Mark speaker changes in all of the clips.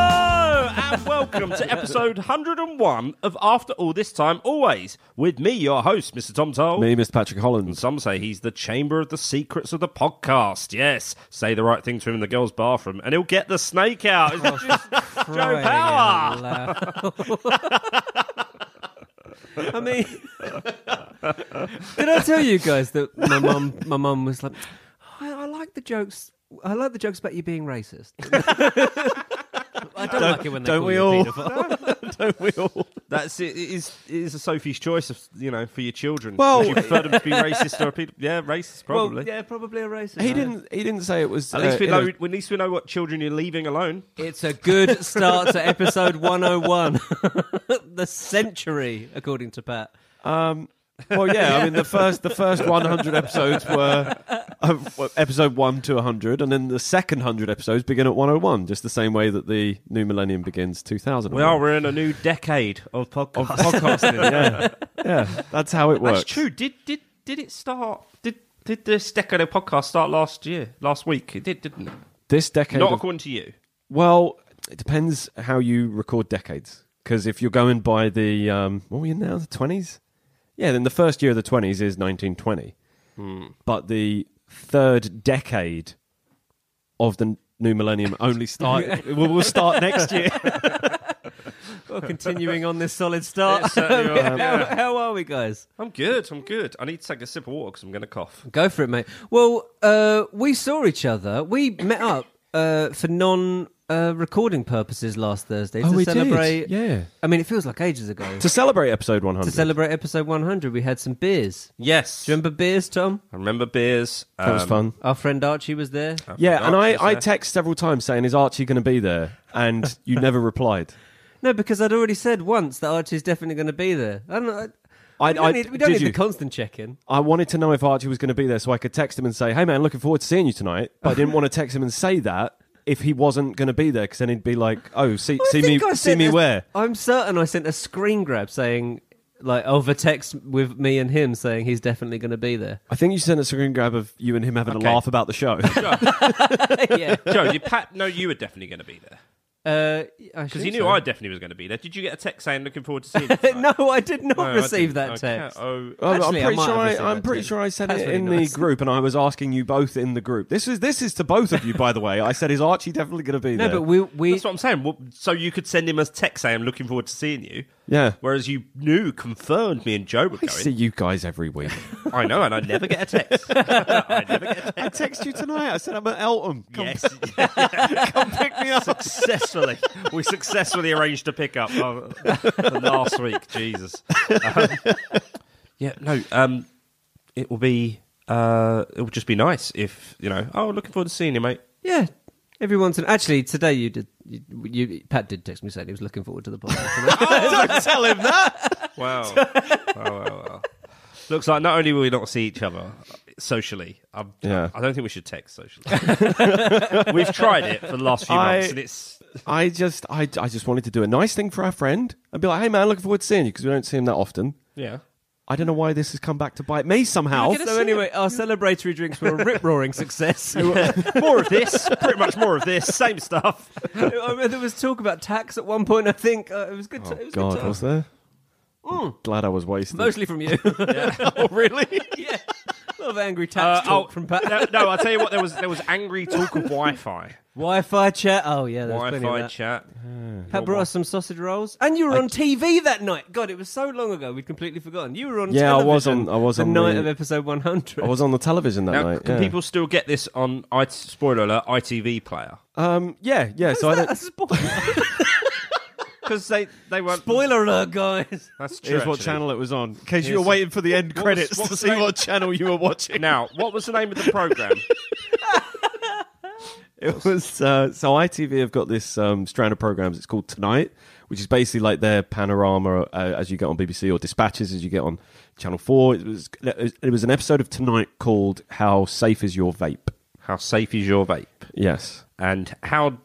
Speaker 1: Ah, welcome to episode 101 of After All This Time Always, with me, your host, Mr. Tom Toll.
Speaker 2: Me, Mr. Patrick Hollins.
Speaker 1: Some say he's the chamber of the secrets of the podcast. Yes, say the right thing to him in the girls' bathroom, and he'll get the snake out. It's just Joe
Speaker 3: Crying
Speaker 1: Power.
Speaker 3: out loud. I mean, did I tell you guys that my mum, my mum was like, I, I like the jokes. I like the jokes about you being racist. I don't, like it when they
Speaker 1: don't
Speaker 3: call
Speaker 1: we
Speaker 3: you a
Speaker 1: all?
Speaker 3: paedophile.
Speaker 1: Don't we all? That's it. It is, it is a Sophie's choice, of, you know, for your children.
Speaker 2: Well-
Speaker 1: Would you prefer them to be racist or a pedo- yeah, racist probably.
Speaker 3: Well, yeah, probably a racist.
Speaker 2: He didn't. He didn't say it was.
Speaker 1: At
Speaker 2: uh,
Speaker 1: least we
Speaker 2: you know,
Speaker 1: know. At least we know what children you're leaving alone.
Speaker 3: It's a good start to episode 101. the century, according to Pat.
Speaker 2: Well, yeah. I mean, the first the first 100 episodes were uh, well, episode one to 100, and then the second 100 episodes begin at 101, just the same way that the new millennium begins 2000.
Speaker 1: We are. We're in a new decade of podcasts.
Speaker 2: yeah, yeah. That's how it works.
Speaker 1: That's true. Did did did it start? Did did this decade of podcast start last year? Last week it did, didn't it?
Speaker 2: This decade.
Speaker 1: Not
Speaker 2: of-
Speaker 1: according to you.
Speaker 2: well, it depends how you record decades, because if you're going by the um, what are we in now, the 20s. Yeah, then the first year of the 20s is 1920, but the third decade of the n- new millennium only start. will will start next year.
Speaker 3: Well, continuing on this solid start. how, how are we, guys?
Speaker 1: I'm good. I'm good. I need to take a sip of water because I'm going to cough.
Speaker 3: Go for it, mate. Well, uh, we saw each other. We met up uh, for non uh, recording purposes last Thursday to celebrate.
Speaker 2: Oh, Yeah.
Speaker 3: I mean, it feels like ages ago.
Speaker 2: To celebrate episode 100.
Speaker 3: to celebrate episode 100, we had some beers.
Speaker 1: Yes.
Speaker 3: Do you remember beers, Tom?
Speaker 1: I remember beers.
Speaker 2: That was
Speaker 1: um,
Speaker 2: fun.
Speaker 3: Our friend Archie was there.
Speaker 2: Yeah, and
Speaker 1: Archie's
Speaker 2: I, I
Speaker 1: there.
Speaker 2: text several times saying, is Archie going to be there? And you never replied.
Speaker 3: No, because I'd already said once that Archie's definitely going to be there. I don't know.
Speaker 2: I-
Speaker 3: we don't
Speaker 2: I-
Speaker 3: need, we don't
Speaker 2: did
Speaker 3: need the
Speaker 2: you?
Speaker 3: constant check in.
Speaker 2: I wanted to know if Archie was going to be there so I could text him and say, hey, man, looking forward to seeing you tonight. But I didn't want to text him and say that if he wasn't going to be there because then he'd be like, oh, see, see me see me where?
Speaker 3: I'm certain I sent a screen grab saying, like, over text with me and him saying he's definitely going to be there.
Speaker 2: I think you sent a screen grab of you and him having
Speaker 1: Okay.
Speaker 2: a laugh about the show.
Speaker 3: yeah.
Speaker 1: Joe, did Pat know you were definitely going to be there?
Speaker 3: Uh,
Speaker 1: Because he knew I definitely was going to be there. Did you get a text saying looking forward to seeing you? tonight?" Oh,
Speaker 3: no, I did not
Speaker 1: I
Speaker 3: receive
Speaker 1: didn't.
Speaker 3: that
Speaker 1: Okay.
Speaker 3: text.
Speaker 1: Oh,
Speaker 2: Oh,
Speaker 3: Actually, I
Speaker 2: I'm pretty
Speaker 3: might have
Speaker 2: sure
Speaker 3: received
Speaker 2: I,
Speaker 3: that
Speaker 2: am pretty
Speaker 3: too.
Speaker 2: sure I said
Speaker 3: That's
Speaker 2: it
Speaker 3: really
Speaker 2: in
Speaker 3: nice.
Speaker 2: the group, and I was asking you both in the group. This is this is to both of you, by the way. I said, "Is Archie definitely going to be
Speaker 3: no,
Speaker 2: there?"
Speaker 3: but we we
Speaker 1: That's what I'm saying. Well, so you could send him a text saying, I'm looking forward to seeing you.
Speaker 2: Yeah.
Speaker 1: Whereas you knew, confirmed me and Joe were
Speaker 2: I
Speaker 1: going.
Speaker 2: see you guys every week.
Speaker 1: I know, and I never get a text. I never get a text.
Speaker 2: I text you tonight. I said I'm at Eltham. Come
Speaker 1: Yes.
Speaker 2: pick me up.
Speaker 1: successfully. We successfully arranged a pickup uh, last week. Jesus. Um, yeah, no. Um, it will be. Uh, it will just be nice if you know. Oh, looking forward to seeing you, mate.
Speaker 3: yeah. Every once in actually today you did you, you Pat did text me saying he was looking forward to the podcast.
Speaker 2: Don't tell him that.
Speaker 1: Wow. wow, wow, wow. Looks like not only will we not see each other socially, I'm,
Speaker 2: Yeah.
Speaker 1: I don't think we should text socially. We've tried it for the last few
Speaker 2: I-
Speaker 1: months, and it's
Speaker 2: I just, I, I just wanted to do a nice thing for our friend and be like, "Hey, man, looking forward to seeing you" because we don't see him that often.
Speaker 1: yeah.
Speaker 2: I don't know why this has come back to bite me
Speaker 1: Oh,
Speaker 2: somehow.
Speaker 3: so anyway, our celebratory drinks were a rip roaring success.
Speaker 1: more of this, pretty much more of this, same stuff.
Speaker 3: I remember there was talk about tax at one point. I think uh, it was good. To, it was good
Speaker 2: God,
Speaker 3: to-
Speaker 2: was there?
Speaker 1: Mm.
Speaker 2: Glad I was wasted.
Speaker 3: mostly from you.
Speaker 1: Oh, really?
Speaker 3: yeah, a lot of angry
Speaker 1: Uh,
Speaker 3: tax talk from Pat.
Speaker 1: no, no, I'll tell you what. There was there was angry talk of Wi-Fi,
Speaker 3: Wi-Fi chat. Oh yeah, there was plenty of
Speaker 1: Wi-Fi
Speaker 3: that.
Speaker 1: chat.
Speaker 3: Pat brought us some sausage rolls, and you were on TV that night. God, it was so long ago; we'd completely forgotten. You were on.
Speaker 2: Yeah, I was
Speaker 3: television
Speaker 2: on- I was
Speaker 3: the
Speaker 2: on
Speaker 3: night
Speaker 2: the-
Speaker 3: of episode one hundred.
Speaker 2: I was on the television that
Speaker 1: Now,
Speaker 2: night.
Speaker 1: can
Speaker 2: yeah.
Speaker 1: people still get this on? I, spoiler alert: ITV player
Speaker 2: Um, yeah, yeah. so I don't.
Speaker 3: A spoiler,
Speaker 1: because they they weren't.
Speaker 3: spoiler alert, guys.
Speaker 1: That's true.
Speaker 2: Here's what
Speaker 1: actually.
Speaker 2: channel it was on. In case
Speaker 1: Here's-
Speaker 2: you were waiting for the end
Speaker 1: was-
Speaker 2: credits
Speaker 1: what
Speaker 2: to
Speaker 1: was
Speaker 2: see
Speaker 1: the-
Speaker 2: what channel you were watching.
Speaker 1: Now, what was the name of the program?
Speaker 2: It was uh, so ITV have got this um, strand of programs. It's called Tonight, which is basically like their panorama uh, as you get on BBC or Dispatches as you get on Channel Four. It was it was an episode of Tonight called "How Safe Is Your Vape."
Speaker 1: how safe is your vape?
Speaker 2: Yes.
Speaker 1: And how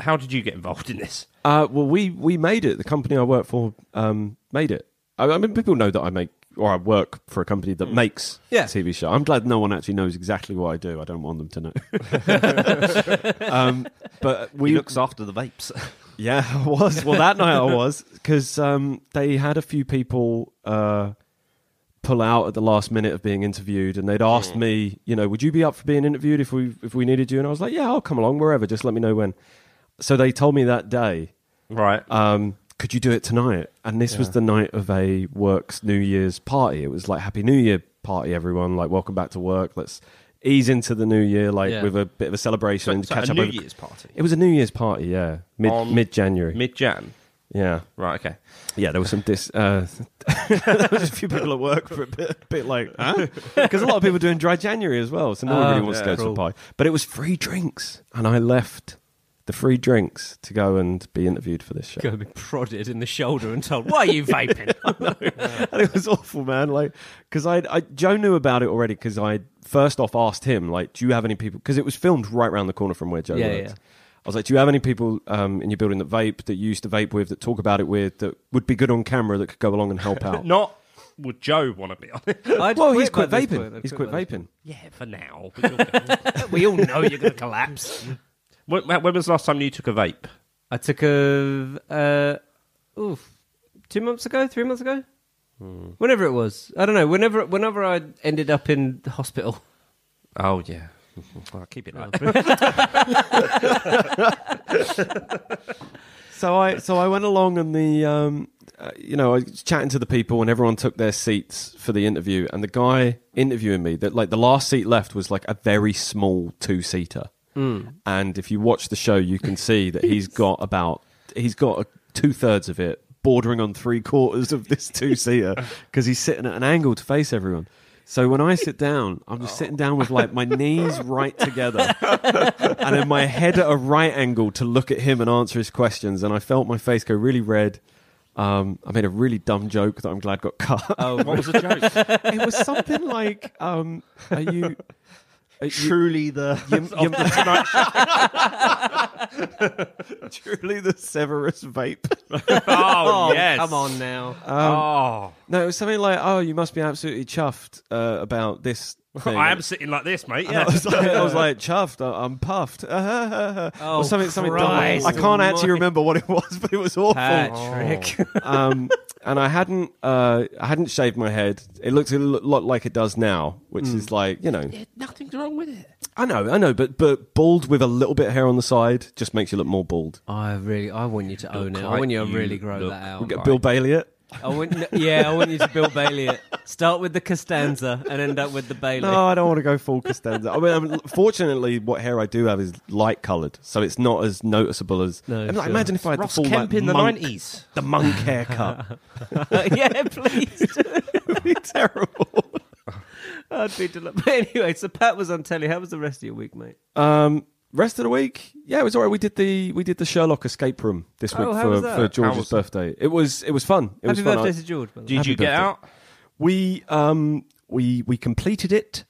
Speaker 1: how did you get involved in this?
Speaker 2: Uh, well, we we made it. The company I work for um, made it. I, I mean, people know that I make or I work for a company that makes
Speaker 3: Yeah.
Speaker 2: TV show. I'm glad no one actually knows exactly what I do. I don't want them to know. um, but we
Speaker 1: He looks after the vapes.
Speaker 2: Yeah, I was. Well, that night I was because um, they had a few people uh, pull out at the last minute of being interviewed, and they'd
Speaker 1: Hmm.
Speaker 2: asked me, you know, would you be up for being interviewed if we if we needed you? And I was like, yeah, I'll come along wherever. Just let me know when. So they told me that day,
Speaker 1: Right.
Speaker 2: um, could you do it tonight? And this was the night of a works New Year's party. It was like Happy New Year party, everyone. Like, welcome back to work. Let's ease into the new year, like
Speaker 3: Yeah.
Speaker 2: with a bit of a celebration and
Speaker 1: So
Speaker 2: catch
Speaker 1: a
Speaker 2: up.
Speaker 1: New
Speaker 2: over-
Speaker 1: Year's party.
Speaker 2: It was a New Year's party, yeah, mid
Speaker 1: On-
Speaker 2: mid January,
Speaker 1: Mid Jan.
Speaker 2: yeah.
Speaker 1: Right, okay.
Speaker 2: Yeah, there was some dis. Uh, there was a few people at work for a bit, bit like, Ah, because a lot of people are doing dry January as well, so no one
Speaker 3: Oh,
Speaker 2: really wants to
Speaker 3: yeah.
Speaker 2: go to a
Speaker 3: Cool.
Speaker 2: party. But it was free drinks, and I left the free drinks to go and be interviewed for this show.
Speaker 3: Going to be prodded in the shoulder and told, "Why are you vaping?"
Speaker 2: and it was awful, man. Like, because I, I Joe knew about it already because I first off asked him, like, do you have any people? Because it was filmed right around the corner from where Joe
Speaker 3: Yeah,
Speaker 2: works.
Speaker 3: yeah.
Speaker 2: I was like, do you have any people um, in your building that vape, that you used to vape with, that talk about it with, that would be good on camera, that could go along and help out?
Speaker 1: Not would Joe want to be on it?
Speaker 3: I'd
Speaker 2: well, he's
Speaker 3: by
Speaker 2: quit
Speaker 3: this point.
Speaker 2: vaping.
Speaker 3: I'd
Speaker 2: He's quit
Speaker 3: by this
Speaker 2: vaping.
Speaker 1: yeah, for now. but you'll-
Speaker 3: point. we all know you're going to collapse.
Speaker 1: when, when was the last time you took a vape?
Speaker 3: I took a uh, oof, two months ago, three months ago,
Speaker 2: Hmm.
Speaker 3: whenever it was. I don't know. Whenever, whenever I ended up in the hospital.
Speaker 1: Oh, yeah. Well, keep it up.
Speaker 2: So I so I went along and the um, uh, you know I was chatting to the people and everyone took their seats for the interview and the guy interviewing me that like the last seat left was like a very small two seater and if you watch the show you can see that he's got about he's got two thirds of it bordering on three quarters of this two seater because he's sitting at an angle to face everyone. So when I sit down, I'm just sitting down with like my knees right together and then my head at a right angle to look at him and answer his questions. And I felt my face go really red. Um, I made a really dumb joke that I'm glad got cut.
Speaker 1: Oh, what was the joke?
Speaker 2: it was something like, um, "Are you?" are you-
Speaker 1: Truly the.
Speaker 2: you- truly the Severus vape.
Speaker 1: Oh, yes.
Speaker 3: come on now.
Speaker 1: oh.
Speaker 2: No, it was something like, "Oh, you must be absolutely chuffed uh, about this." Thing.
Speaker 1: I am sitting like this, mate.
Speaker 2: And I
Speaker 1: Yeah.
Speaker 2: was like, I was like, chuffed. I- I'm puffed.
Speaker 3: Oh,
Speaker 2: or something, something dumb. I
Speaker 3: Christ
Speaker 2: can't
Speaker 3: almighty.
Speaker 2: actually remember what it was, but it was awful.
Speaker 3: Patrick.
Speaker 2: um, and I hadn't, uh, I hadn't shaved my head. It looks a lo- lot like it does now, which is like, you know,
Speaker 1: Nothing's wrong with it.
Speaker 2: I know, I know, but but bald with a little bit of hair on the side just makes you look more bald.
Speaker 3: I really, I want you to own it. I
Speaker 1: like
Speaker 3: want you to
Speaker 1: you
Speaker 3: really grow
Speaker 1: look
Speaker 3: that out.
Speaker 2: We get Bill Bailey it.
Speaker 3: I want, n- yeah, I want you to Bill Bailey it. Start with the Costanza and end up with the Bailey.
Speaker 2: No, I don't want to go full Costanza. I mean, I'm, fortunately, what hair I do have is light coloured, so it's not as noticeable as.
Speaker 3: No,
Speaker 2: I mean, like,
Speaker 3: sure.
Speaker 2: imagine if I had
Speaker 1: Ross
Speaker 2: the full
Speaker 1: Kemp
Speaker 2: like,
Speaker 1: in the
Speaker 2: monk-
Speaker 1: 90s.
Speaker 2: the monk haircut.
Speaker 3: yeah, please.
Speaker 2: It'd be terrible.
Speaker 3: I'd be deli- But anyway, so Pat was on telly. How was the rest of your week, mate?
Speaker 2: Um, rest of the week, yeah, it was alright. We did the we did the Sherlock escape room this week
Speaker 3: Oh, how
Speaker 2: for,
Speaker 3: was that?
Speaker 2: for
Speaker 1: How
Speaker 2: George's
Speaker 1: was
Speaker 2: birthday. It? was it was fun. It was
Speaker 3: Happy
Speaker 2: fun.
Speaker 3: birthday
Speaker 2: I-
Speaker 3: to George. by the way.
Speaker 1: Did
Speaker 2: Happy
Speaker 1: you get
Speaker 2: birthday.
Speaker 1: out?
Speaker 2: we um we we completed it,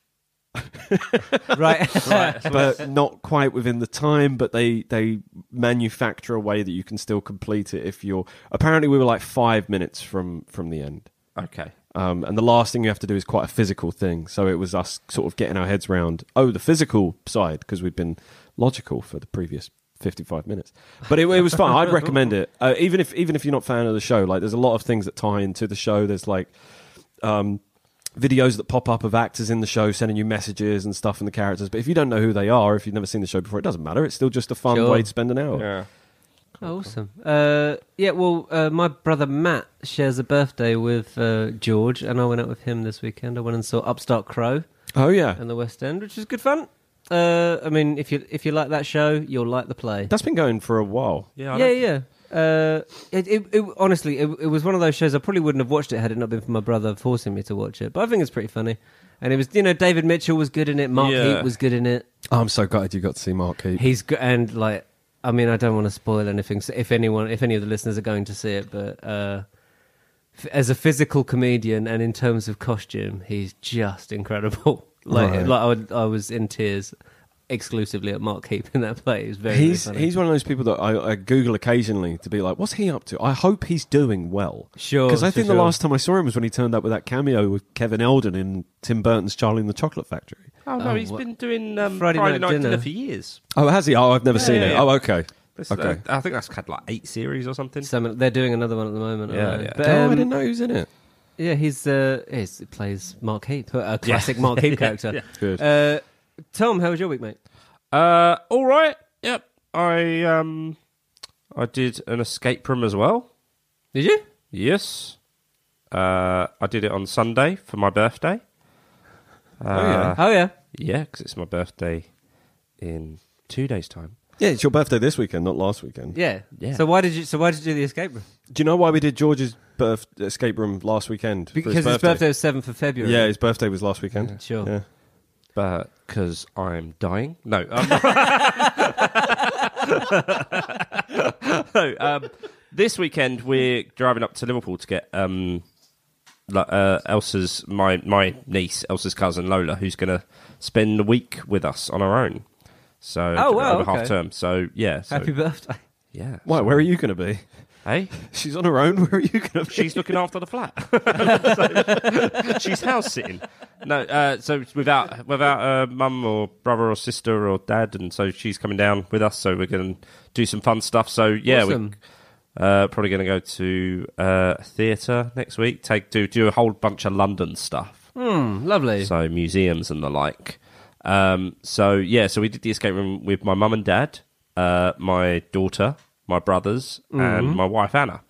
Speaker 3: Right.
Speaker 2: but not quite within the time. But they they manufacture a way that you can still complete it if you're. Apparently, we were like five minutes from from the end.
Speaker 1: Okay.
Speaker 2: Um, and the last thing you have to do is quite a physical thing. So it was us sort of getting our heads round, oh, the physical side, because we'd been logical for the previous 55 minutes. But it, it was fun. I'd recommend it. Uh, even if even if you're not a fan of the show, like there's a lot of things that tie into the show. There's like um, videos that pop up of actors in the show sending you messages and stuff and the characters. But if you don't know who they are, if you've never seen the show before, it doesn't matter. It's still just a fun
Speaker 3: Sure.
Speaker 2: way to spend an hour.
Speaker 1: Yeah.
Speaker 3: Oh, awesome. Uh, yeah, well, uh, my brother Matt shares a birthday with uh, George, and I went out with him this weekend. I went and saw Upstart Crow
Speaker 2: Oh, yeah.
Speaker 3: in the West End, which was good fun. Uh, I mean, if you if you like that show, you'll like the play.
Speaker 2: That's been going for a while.
Speaker 1: Yeah. I
Speaker 3: yeah,
Speaker 1: don't-
Speaker 3: yeah. Uh, it, it, it, honestly, it, it was one of those shows I probably wouldn't have watched it had it not been for my brother forcing me to watch it. But I think it's pretty funny, and it was you know David Mitchell was good in it, Mark
Speaker 1: Yeah.
Speaker 3: Heap was good in it.
Speaker 2: Oh, I'm so glad you got to see Mark Heap.
Speaker 3: He's go- and like I mean I don't want to spoil anything. So if anyone, if any of the listeners are going to see it, but uh, f- as a physical comedian and in terms of costume, he's just incredible. Like
Speaker 2: Right.
Speaker 3: like I, would, I was in tears exclusively at Mark Heap in that play. It's very
Speaker 2: He's
Speaker 3: very funny.
Speaker 2: he's one of those people that I, I Google occasionally to be like, what's he up to? I hope he's doing well.
Speaker 3: Sure,
Speaker 2: Because I
Speaker 3: sure,
Speaker 2: think the
Speaker 3: sure.
Speaker 2: last time I saw him was when he turned up with that cameo with Kevin Eldon in Tim Burton's Charlie and the Chocolate Factory.
Speaker 1: Oh, no,
Speaker 3: Oh,
Speaker 1: he's
Speaker 3: what-
Speaker 1: been doing um,
Speaker 3: Friday
Speaker 1: Friday,
Speaker 3: Night
Speaker 1: night, dinner.
Speaker 3: Dinner
Speaker 1: for years.
Speaker 2: Oh, has he? Oh, I've never seen
Speaker 1: yeah,
Speaker 2: it.
Speaker 1: yeah.
Speaker 2: Oh, okay.
Speaker 1: This-
Speaker 2: Okay.
Speaker 1: uh, I think that's had like eight series or something.
Speaker 3: Some- they're doing another one at the moment. I
Speaker 1: Yeah,
Speaker 3: know.
Speaker 1: yeah.
Speaker 3: But,
Speaker 2: oh, I
Speaker 3: um,
Speaker 2: didn't know who's in it.
Speaker 3: Yeah, he's uh, he's, he plays Mark Heap, a classic Mark
Speaker 1: Yeah,
Speaker 3: Heap character.
Speaker 1: yeah.
Speaker 2: Good.
Speaker 3: Uh, Tom, how was your week, mate?
Speaker 1: Uh, all right. Yep. I um, I did an escape room as well.
Speaker 3: Did you?
Speaker 1: Yes. Uh, I did it on Sunday for my birthday. Uh,
Speaker 2: yeah.
Speaker 3: oh yeah.
Speaker 1: Yeah, because it's my birthday in two days' time.
Speaker 2: yeah, it's your birthday this weekend, not last weekend.
Speaker 3: yeah,
Speaker 1: Yeah.
Speaker 3: So why did you? So why did you do the escape room?
Speaker 2: Do you know why we did George's birth- escape room last weekend? for
Speaker 3: Because his birthday, was seventh of February.
Speaker 2: Yeah, his birthday was last weekend.
Speaker 3: Sure.
Speaker 2: Yeah.
Speaker 1: But because I'm dying. No. Um, no. Um, this weekend we're driving up to Liverpool to get um, lo- uh, Elsa's my my niece Elsa's cousin Lola, who's going to spend the week with us on her own. So
Speaker 3: Oh, wow,
Speaker 1: over
Speaker 3: okay.
Speaker 1: half term. So yeah. So,
Speaker 3: Happy birthday.
Speaker 1: yeah.
Speaker 2: Why? Where are you going to be?
Speaker 1: Hey.
Speaker 2: She's on her own. Where are you going to be?
Speaker 1: she's looking after the flat. So, she's house sitting. No, uh, so without without uh, mum or brother or sister or dad, and so she's coming down with us. So we're going to do some fun stuff. So yeah,
Speaker 3: Awesome.
Speaker 1: we're uh, probably going to go to uh, theatre next week. Take do do a whole bunch of London stuff,
Speaker 3: Hmm. Lovely.
Speaker 1: so museums and the like. Um, so yeah, so we did the escape room with my mum and dad, uh, my daughter, my brothers, and my wife Anna.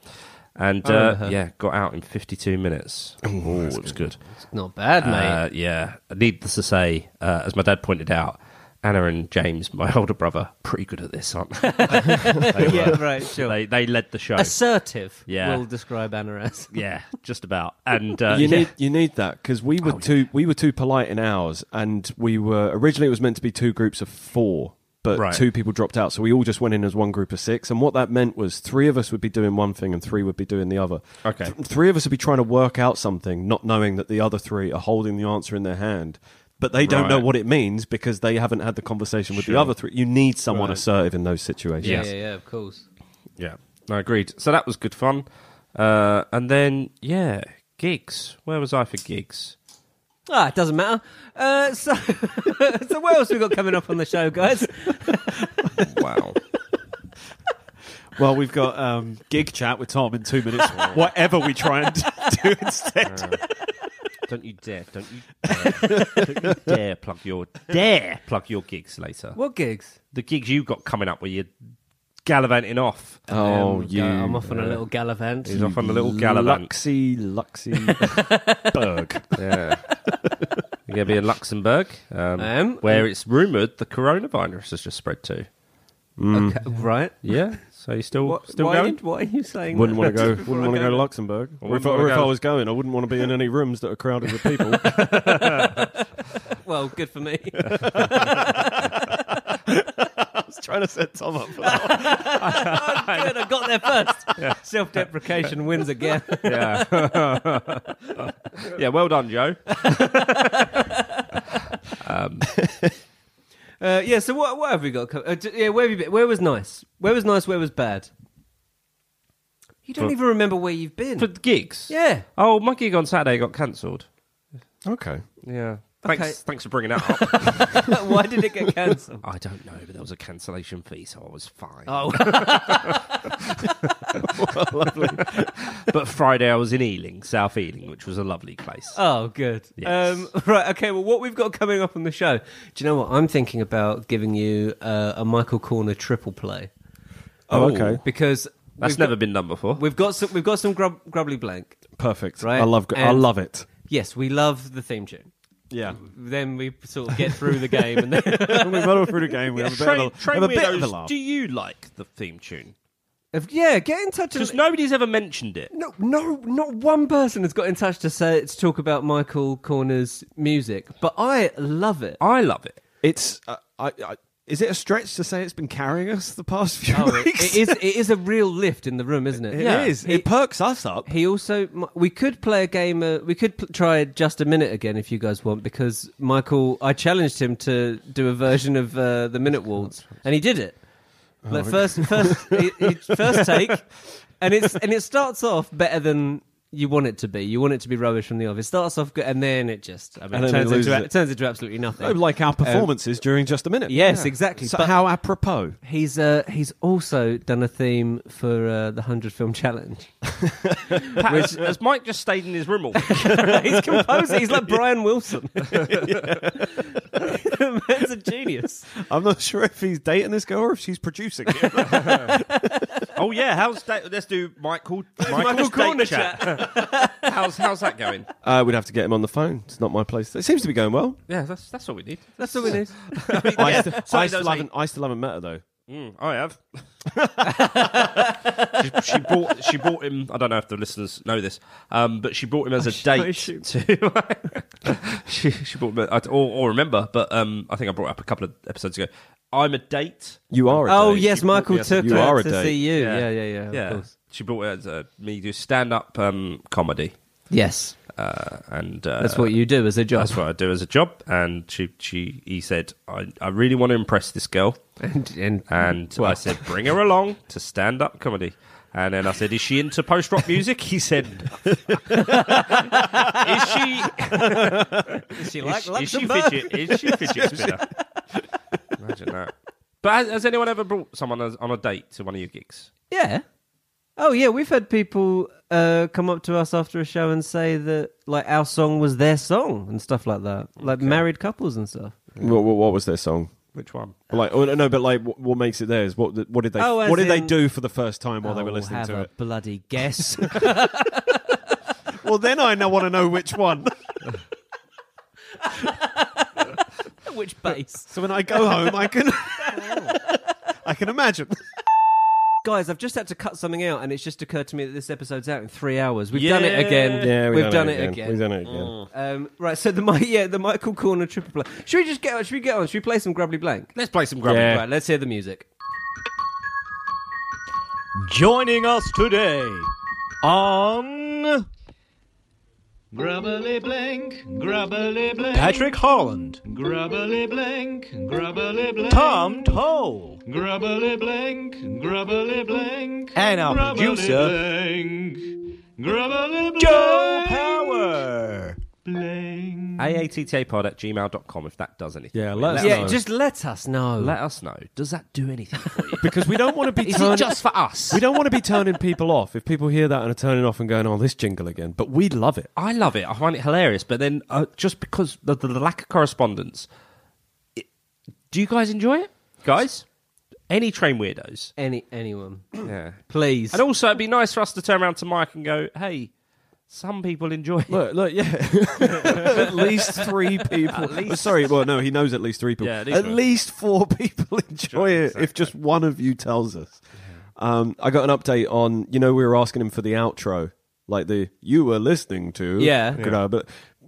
Speaker 1: And
Speaker 3: I remember
Speaker 1: uh,
Speaker 3: her.
Speaker 1: yeah, got out in 52 minutes. Oh, it was good.
Speaker 3: Not bad, mate.
Speaker 1: Uh, yeah, needless to say, uh, as my dad pointed out, Anna and James, my older brother, pretty good at this, aren't they? They were.
Speaker 3: yeah. Right. Sure.
Speaker 1: They, they led the show.
Speaker 3: Assertive.
Speaker 1: Yeah.
Speaker 3: We'll describe Anna as.
Speaker 1: yeah, just about. And uh,
Speaker 2: you
Speaker 1: yeah. Oh,
Speaker 2: need you need that because we were too we were too polite in ours, and we were originally it was meant to be two groups of four, but
Speaker 1: Right.
Speaker 2: two people dropped out, so we all just went in as one group of six. And what that meant was three of us would be doing one thing and three would be doing the other.
Speaker 1: Okay.
Speaker 2: Th- three of us would be trying to work out something, not knowing that the other three are holding the answer in their hand. But they don't know
Speaker 1: Right.
Speaker 2: what it means because they haven't had the conversation with the
Speaker 1: Sure.
Speaker 2: other three. You need someone
Speaker 1: Right.
Speaker 2: assertive in those situations.
Speaker 1: Yes.
Speaker 3: Yeah. Yeah. Of course.
Speaker 1: Yeah, I agreed. So that was good fun. Uh, and then, yeah, gigs. Where was I for gigs?
Speaker 3: Ah, it doesn't matter. Uh, so, so what else we got coming up on the show, guys?
Speaker 1: Wow.
Speaker 4: Well, we've got um, gig chat with Tom in two minutes. whatever we try and do instead.
Speaker 1: don't you dare, don't you dare, don't you dare plug your, dare plug your gigs later.
Speaker 3: What gigs?
Speaker 1: The gigs you've got coming up where you're gallivanting off.
Speaker 2: Oh,
Speaker 3: Um,
Speaker 2: you.
Speaker 1: uh,
Speaker 3: I'm off on a little gallivant.
Speaker 1: He's off on a little gallivant.
Speaker 2: Luxy, Luxy, Berg.
Speaker 1: Yeah. You're going to be in Luxembourg, um,
Speaker 3: I am.
Speaker 1: where it's rumoured the coronavirus has just spread to.
Speaker 3: Okay,
Speaker 2: Mm.
Speaker 3: right.
Speaker 1: Yeah, so you still
Speaker 3: What,
Speaker 1: still
Speaker 3: why,
Speaker 1: going?
Speaker 3: did- why are you saying
Speaker 2: Wouldn't
Speaker 3: that?
Speaker 2: want to go.
Speaker 3: Just before
Speaker 2: Wouldn't want
Speaker 3: I
Speaker 2: to go to
Speaker 3: go.
Speaker 2: Luxembourg. Or if,
Speaker 1: wouldn't
Speaker 2: I- or
Speaker 1: wanna
Speaker 2: if I
Speaker 1: go.
Speaker 2: was going, I wouldn't want to be in any rooms that are crowded with people.
Speaker 3: Well, good for me.
Speaker 2: trying to set Tom up. For that.
Speaker 3: good, I got there first. Self-deprecation wins again.
Speaker 1: Yeah. yeah, well done, Joe.
Speaker 3: Uh, yeah. So what? What have we got? co- Uh, d- yeah. Where have you been? Where was nice? Where was nice? Where was bad? You don't
Speaker 1: For-
Speaker 3: even remember where you've been.
Speaker 1: For the gigs?
Speaker 3: yeah.
Speaker 1: Oh, my gig on Saturday got cancelled.
Speaker 2: okay.
Speaker 1: Yeah.
Speaker 3: Okay.
Speaker 1: Thanks, thanks for bringing that up.
Speaker 3: why did it get cancelled?
Speaker 1: I don't know, but there was a cancellation fee, so I was fine.
Speaker 3: Oh,
Speaker 1: But Friday, I was in Ealing, South Ealing, which was a lovely place.
Speaker 3: oh, good.
Speaker 1: Yes.
Speaker 3: Um, right, okay. Well, what we've got coming up on the show? Do you know what? I'm thinking about giving you uh, a Michael Corner triple play
Speaker 2: Oh, okay.
Speaker 3: because
Speaker 1: That's
Speaker 3: we've
Speaker 1: never
Speaker 3: got,
Speaker 1: been done before.
Speaker 3: we've got some we've got some grub, grubbly blank.
Speaker 2: Perfect.
Speaker 3: Right,
Speaker 2: I love. gr- I
Speaker 3: and-
Speaker 2: love it.
Speaker 3: Yes, we love the theme tune.
Speaker 2: Yeah.
Speaker 3: Then we sort of get through the game and then
Speaker 4: we muddle through the game. We have a bit,
Speaker 1: Train,
Speaker 4: of, a,
Speaker 1: train
Speaker 4: have a, bit of a
Speaker 1: weirdos,
Speaker 4: laugh.
Speaker 1: do you like the theme tune?
Speaker 3: If- yeah, get in touch.
Speaker 1: Because
Speaker 3: And,
Speaker 1: nobody's ever mentioned it.
Speaker 3: no, no, not one person has got in touch to say to talk about Michael Corner's music, but I love it.
Speaker 1: I love it.
Speaker 2: It's. Uh, I, I. Is it a stretch to say it's been carrying us the past few
Speaker 3: Oh, it,
Speaker 2: weeks?
Speaker 3: it is. It is a real lift in the room, isn't it?
Speaker 2: It
Speaker 1: yeah.
Speaker 2: is.
Speaker 3: He-
Speaker 2: it perks us up.
Speaker 3: He also, we could play a game. Uh, we could pl- try just a minute again if you guys want, because Michael, I challenged him to do a version of uh, the minute waltz, and he did it.
Speaker 2: Oh,
Speaker 3: Like first, first, he, he- first take, and it's and it starts off better than you want it to be. You want it to be rubbish from the off. It starts off good, and then it just I mean,
Speaker 2: And
Speaker 3: it
Speaker 2: then
Speaker 3: turns
Speaker 2: it loses
Speaker 3: into
Speaker 2: it.
Speaker 3: it. turns into absolutely nothing.
Speaker 2: like our performances during just a minute.
Speaker 3: yes, exactly.
Speaker 2: So
Speaker 3: but
Speaker 2: how apropos.
Speaker 3: he's uh, he's also done a theme for uh, the hundred film challenge.
Speaker 1: Pat, has, has Mike just stayed in his room all week?
Speaker 3: he's composing. He's like Brian Wilson. the man's a genius.
Speaker 2: I'm not sure if he's dating this girl or if she's producing it.
Speaker 1: Oh yeah, how's that? Let's do Michael. Michael's
Speaker 3: Corner
Speaker 1: date chat. how's how's that going?
Speaker 2: uh, we'd have to get him on the phone. It's not my place. It seems to be going well.
Speaker 1: Yeah, that's that's all we need.
Speaker 3: That's all we need.
Speaker 2: I, st-
Speaker 1: so
Speaker 2: I
Speaker 1: those
Speaker 2: still haven't, I still haven't met her though.
Speaker 1: Mm, I have. she, she bought she bought him. I don't know if the listeners know this, um, but she brought him as a
Speaker 3: I
Speaker 1: date.
Speaker 3: assume.
Speaker 1: To, she she brought him. I d- Or, or remember, but um, I think I brought it up a couple of episodes ago. I'm a date.
Speaker 2: You are. A
Speaker 3: Oh
Speaker 2: date.
Speaker 3: yes,
Speaker 2: You-
Speaker 3: Michael
Speaker 2: yes,
Speaker 3: took
Speaker 2: you
Speaker 3: her
Speaker 2: are a
Speaker 3: to
Speaker 2: date.
Speaker 3: see you.
Speaker 1: Yeah.
Speaker 3: Yeah, yeah, yeah. Of
Speaker 1: yeah,
Speaker 3: course.
Speaker 1: she brought it as a, me do stand up um, comedy,
Speaker 3: Yes,
Speaker 1: uh, and uh,
Speaker 3: that's what you do as a job.
Speaker 1: that's what I do as a job. And she she he said I I really want to impress this girl.
Speaker 3: And, and,
Speaker 2: Mm.
Speaker 1: And I said, bring her along to stand up comedy. And then I said, is she into post rock music? He said, is she,
Speaker 3: she
Speaker 1: is, is she fidget, is she fidget spinner? Imagine that. But has, has anyone ever brought someone as, on a date to one of your gigs?
Speaker 3: Yeah. Oh yeah, we've had people uh, come up to us after a show and say that like our song was their song and stuff like that, like married couples and stuff.
Speaker 2: What, what, what was their song?
Speaker 1: Which one?
Speaker 2: Like, oh, no, but like, what, what makes it theirs? What, what did they?
Speaker 3: Oh, as
Speaker 2: what did they
Speaker 3: in-
Speaker 2: do for the first time while they
Speaker 4: Oh,
Speaker 2: were
Speaker 3: Oh,
Speaker 2: listening
Speaker 3: have
Speaker 2: to
Speaker 3: a
Speaker 2: it?
Speaker 3: bloody guess.
Speaker 4: well, then I now want to know which one.
Speaker 3: Which bass,
Speaker 4: So when I go home, I can, I can imagine.
Speaker 3: guys? I've just had to cut something out, and it's just occurred to me that this episode's out in three hours. We've done it again.
Speaker 2: Yeah,
Speaker 3: we've, done, it again.
Speaker 2: We've done it again.
Speaker 4: Mm.
Speaker 3: Um, right, so the Mi- yeah the Michael Corner triple play. Should we just get on? Should we get on? Should we play some Grubbly Blank?
Speaker 1: Let's play some grubby.
Speaker 2: Yeah.
Speaker 3: Right, let's hear the music.
Speaker 5: joining us today on
Speaker 6: Grubbly blink, grubbly blink,
Speaker 5: Patrick Holland,
Speaker 6: grubbly blink, grubbly blink,
Speaker 5: Tom Toll,
Speaker 6: grubbly blink, grubbly blink,
Speaker 5: and our
Speaker 6: grubbly
Speaker 5: producer,
Speaker 6: blink, grubbly blink,
Speaker 5: Joe Power.
Speaker 6: blink.
Speaker 1: AATTApod at gmail.com if that does anything.
Speaker 2: Yeah,
Speaker 1: for you.
Speaker 2: let us
Speaker 3: Yeah,
Speaker 2: know.
Speaker 3: just let us know.
Speaker 1: Let us know. Does that do anything for you?
Speaker 2: because we don't want to be
Speaker 1: Is
Speaker 2: turn-
Speaker 1: it just for us?
Speaker 2: we don't want to be turning people off. If people hear that and are turning off and going, "Oh, this jingle again," but we love it.
Speaker 1: I love it. I find it hilarious. But then, uh, just because of the lack of correspondence, it- do you guys enjoy it, guys? Any train weirdos?
Speaker 3: Any anyone,
Speaker 1: Yeah.
Speaker 3: please.
Speaker 1: And also, it'd be nice for us to turn around to Mike and go, "Hey, some people enjoy it."
Speaker 2: Look, look, yeah. at least three people. Oh, sorry, well, no, he knows at least three people.
Speaker 1: Yeah, at
Speaker 2: at
Speaker 1: least
Speaker 2: least,
Speaker 1: three.
Speaker 2: four people enjoy it if just one of you tells us. Um, I got an update on, you know, we were asking him for the outro, like the you were listening to.
Speaker 3: Yeah.
Speaker 2: you know, but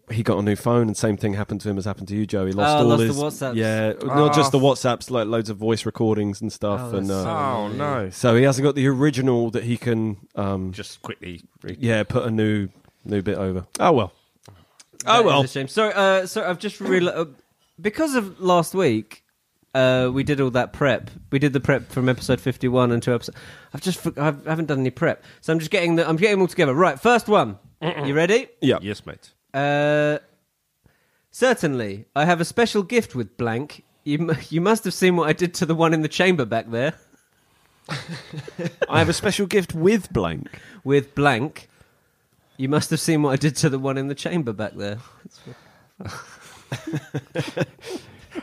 Speaker 2: he got a new phone, and same thing happened to him as happened to you, Joe. He lost
Speaker 3: Oh,
Speaker 2: all
Speaker 3: lost the
Speaker 2: his
Speaker 3: WhatsApps.
Speaker 2: Yeah, not just the WhatsApps, like loads of voice recordings and stuff,
Speaker 3: Oh,
Speaker 2: and.
Speaker 3: that's
Speaker 2: Uh,
Speaker 1: oh no!
Speaker 2: so he hasn't got the original that he can, um,
Speaker 1: Just quickly.
Speaker 2: yeah, put a new new bit over. Oh well,
Speaker 3: Oh well, a shame. So, uh, so I've just realized uh, because of last week, uh, we did all that prep. We did the prep from episode fifty-one and two episodes. I've just for- I've, I haven't done any prep, so I'm just getting the I'm getting them all together. Right, first one. You ready?
Speaker 2: yeah,
Speaker 1: Yes, mate.
Speaker 3: Uh, certainly. I have a special gift with blank. You mu- you must have seen what I did to the one in the chamber back there
Speaker 2: I have a special gift with blank.
Speaker 3: with blank. You must have seen what I did to the one in the chamber back there.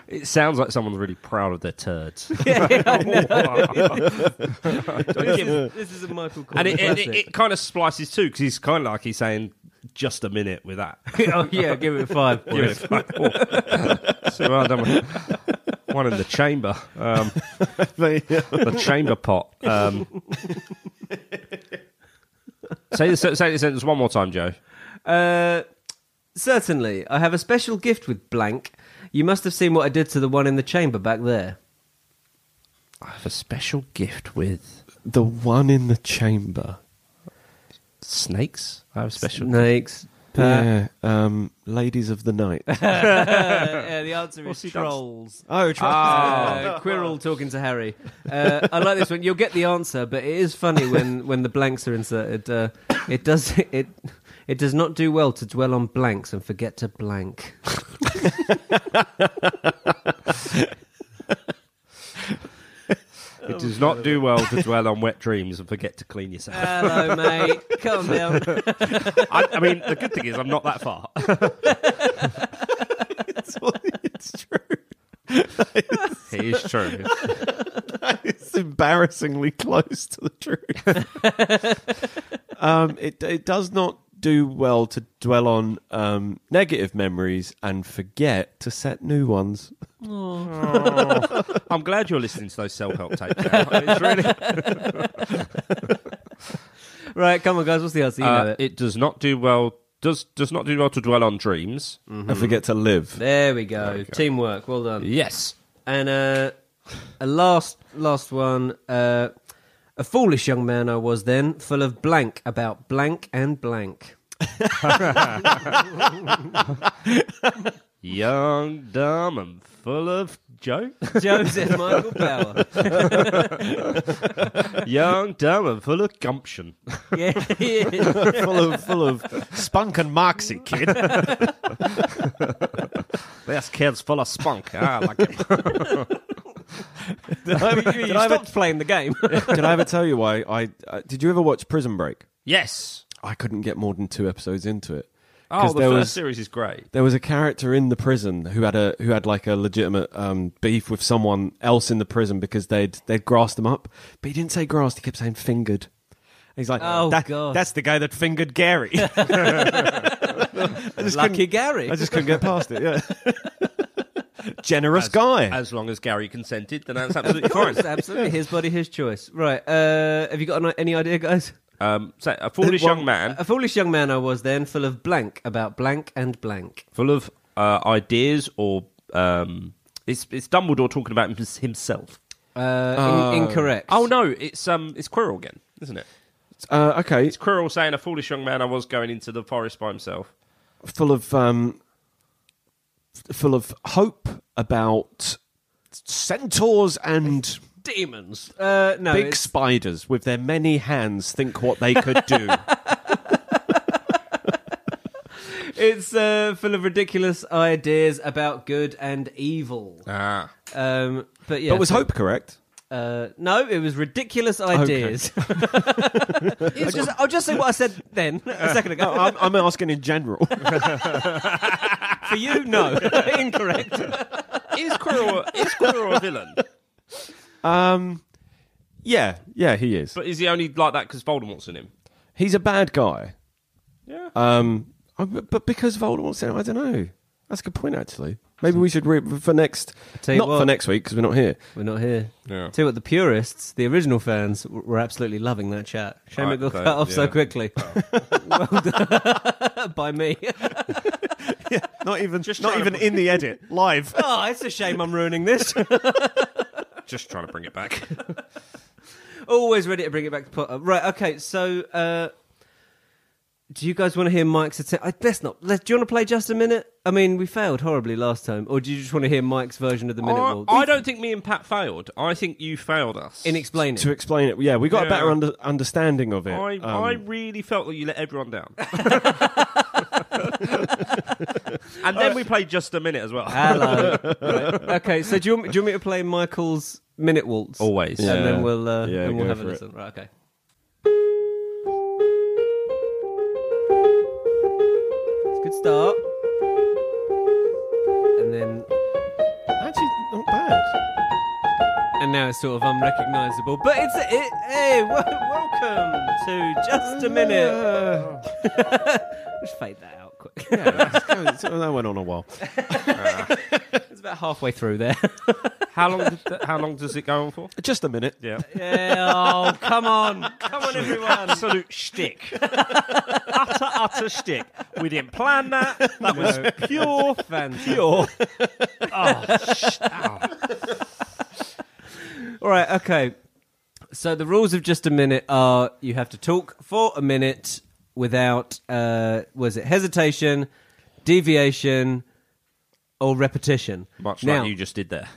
Speaker 1: It sounds like someone's really proud of their turds.
Speaker 3: this, is, this is a Michael. Corner
Speaker 1: and it, it,
Speaker 3: classic.
Speaker 1: it, kind of splices too because he's kind of like he's saying, "Just a minute with that."
Speaker 3: oh yeah, give it five.
Speaker 1: Give it five. Oh. so well done. with- One in the chamber. Um, the chamber pot. Um, say, the, say the sentence one more time, Joe.
Speaker 3: Uh, certainly. I have a special gift with blank. You must have seen what I did to the one in the chamber back there.
Speaker 1: I have a special gift with
Speaker 2: The one in the chamber.
Speaker 1: snakes. I have a special.
Speaker 3: Snakes,
Speaker 2: Uh, Yeah, um, ladies of the night.
Speaker 3: Uh, yeah, the answer
Speaker 1: What's he
Speaker 3: is
Speaker 1: done?
Speaker 3: trolls.
Speaker 2: oh,
Speaker 3: Uh, Quirrell talking to Harry. Uh, I like this one. You'll get the answer, but it is funny when, when the blanks are inserted. Uh, it does it it does not do well to dwell on blanks and forget to blank.
Speaker 1: It does not do well to dwell on wet dreams and forget to clean yourself.
Speaker 3: Hello, mate. Come down.
Speaker 1: I, I mean, the good thing is I'm not that far.
Speaker 2: it's true.
Speaker 1: it is true.
Speaker 2: It's embarrassingly close to the truth. um, it it does not do well to dwell on um, negative memories and forget to set new ones.
Speaker 1: I'm glad you're listening to those self-help tapes. Now. It's really,
Speaker 3: Right, come on, guys. What's the answer? You
Speaker 1: Uh,
Speaker 3: know it.
Speaker 1: it does not do well. Does does not do well to dwell on dreams.
Speaker 2: And forget to live.
Speaker 3: There we go. Teamwork. Well done.
Speaker 1: Yes.
Speaker 3: And uh, a last last one. Uh, a foolish young man I was then, full of blank about blank and blank.
Speaker 1: Young, dumb, and full of jokes.
Speaker 3: Joseph Michael Power.
Speaker 1: Young, dumb, and full of gumption.
Speaker 3: Yeah, he is.
Speaker 2: full of full of spunk and moxie, kid.
Speaker 1: This kid's full of spunk. Ah, I like it.
Speaker 3: you stopped playing the game.
Speaker 2: Did I ever tell you why I uh, did you ever watch Prison Break?
Speaker 1: Yes.
Speaker 2: I couldn't get more than two episodes into it.
Speaker 1: Oh,
Speaker 2: 'Cause
Speaker 1: the
Speaker 2: there
Speaker 1: first
Speaker 2: was-
Speaker 1: series is great.
Speaker 2: there was a character in the prison who had a who had like a legitimate um, beef with someone else in the prison because they'd they'd grassed him up, but he didn't say grassed. He kept saying fingered. And he's like,
Speaker 3: Oh,
Speaker 2: "That-
Speaker 3: God.
Speaker 2: that's the guy that fingered Gary.
Speaker 3: Lucky Gary.
Speaker 2: I just couldn't get past it. Yeah, generous guy.
Speaker 1: As long as Gary consented, then that's absolutely fine.
Speaker 3: It's absolutely his body, his choice. Right. Uh, have you got an- any idea, guys?
Speaker 1: Um, so a foolish young man,
Speaker 3: A foolish young man I was then, full of blank about blank and blank.
Speaker 1: full of uh, ideas, or um, it's it's Dumbledore talking about him- himself.
Speaker 3: Uh, in- incorrect.
Speaker 1: Oh no, it's um, it's Quirrell again, isn't it?
Speaker 2: uh, okay,
Speaker 1: It's Quirrell saying a foolish young man I was going into the forest by himself.
Speaker 2: full of um, f- full of hope about centaurs and
Speaker 3: demons. Uh, no,
Speaker 2: big
Speaker 3: it's-
Speaker 2: spiders with their many hands. Think what they could do.
Speaker 3: It's uh, full of ridiculous ideas about good and evil.
Speaker 1: Ah,
Speaker 3: Um, but yeah,
Speaker 2: But was
Speaker 3: so-
Speaker 2: hope correct?
Speaker 3: Uh, no, it was ridiculous ideas. I'll, just, I'll just say what I said then a second
Speaker 2: No,
Speaker 3: ago. Uh,
Speaker 2: I'm, I'm asking in general.
Speaker 3: For you, no, incorrect.
Speaker 1: is Quirrell is Quirrell a villain?
Speaker 2: yeah, yeah, he is.
Speaker 1: But is he only like that because Voldemort's in him?
Speaker 2: He's a bad guy.
Speaker 1: Yeah.
Speaker 2: Um, I- but but because Voldemort said, I don't know. That's a good point, actually. Maybe we should re- for next,
Speaker 3: Tell you
Speaker 2: not for
Speaker 3: what.
Speaker 2: next week because we're not here.
Speaker 3: We're not here.
Speaker 1: Yeah.
Speaker 3: Tell you what, the purists, the original fans, w- were absolutely loving that chat. Shame
Speaker 1: I
Speaker 3: it got
Speaker 1: bet,
Speaker 3: cut off so
Speaker 1: yeah.
Speaker 3: quickly. Well done. By me.
Speaker 2: Not even, just
Speaker 1: not even
Speaker 2: in the edit, live.
Speaker 3: oh, it's a shame I'm ruining this.
Speaker 1: Just trying to bring it back.
Speaker 3: Always ready to bring it back to Potter. Right, okay, so uh, do you guys want to hear Mike's attempt? I best not. Let, do you want to play just a minute? I mean, we failed horribly last time. Or do you just want to hear Mike's version of the minute
Speaker 1: I,
Speaker 3: walk?
Speaker 1: I don't think me and Pat failed. I think you failed us.
Speaker 3: In explaining.
Speaker 2: To explain it, yeah, we got a
Speaker 1: Yeah.
Speaker 2: better under, understanding of it.
Speaker 1: I,
Speaker 2: Um,
Speaker 1: I really felt that you let everyone down. and then we played just a minute as well.
Speaker 3: Hello. Right, Okay, so do you, want, do you want me to play Michael's minute waltz?
Speaker 1: Always.
Speaker 2: Yeah.
Speaker 3: and then we'll uh,
Speaker 2: Yeah,
Speaker 3: then we'll
Speaker 2: go
Speaker 3: have a
Speaker 2: for it.
Speaker 3: listen. Right, okay. It's a good start. And then
Speaker 2: actually not bad.
Speaker 3: and now it's sort of unrecognisable, but it's it. Hey, wel- welcome to just a minute.
Speaker 2: Uh,
Speaker 3: Just fade that out quick.
Speaker 2: so- so that went on a while.
Speaker 3: it's about halfway through there.
Speaker 1: How long? Did that, how long does it go on for?
Speaker 2: Just a minute.
Speaker 1: Yeah.
Speaker 3: yeah. Oh, come on, come on, everyone.
Speaker 5: Absolute shtick. utter, utter shtick. We didn't plan that. That was pure.
Speaker 3: Fantastic.
Speaker 5: Pure.
Speaker 3: Oh, All right, okay. So the rules of just a minute are you have to talk for a minute without uh, was it hesitation, deviation, or repetition.
Speaker 1: Much
Speaker 3: now,
Speaker 1: like you just did there.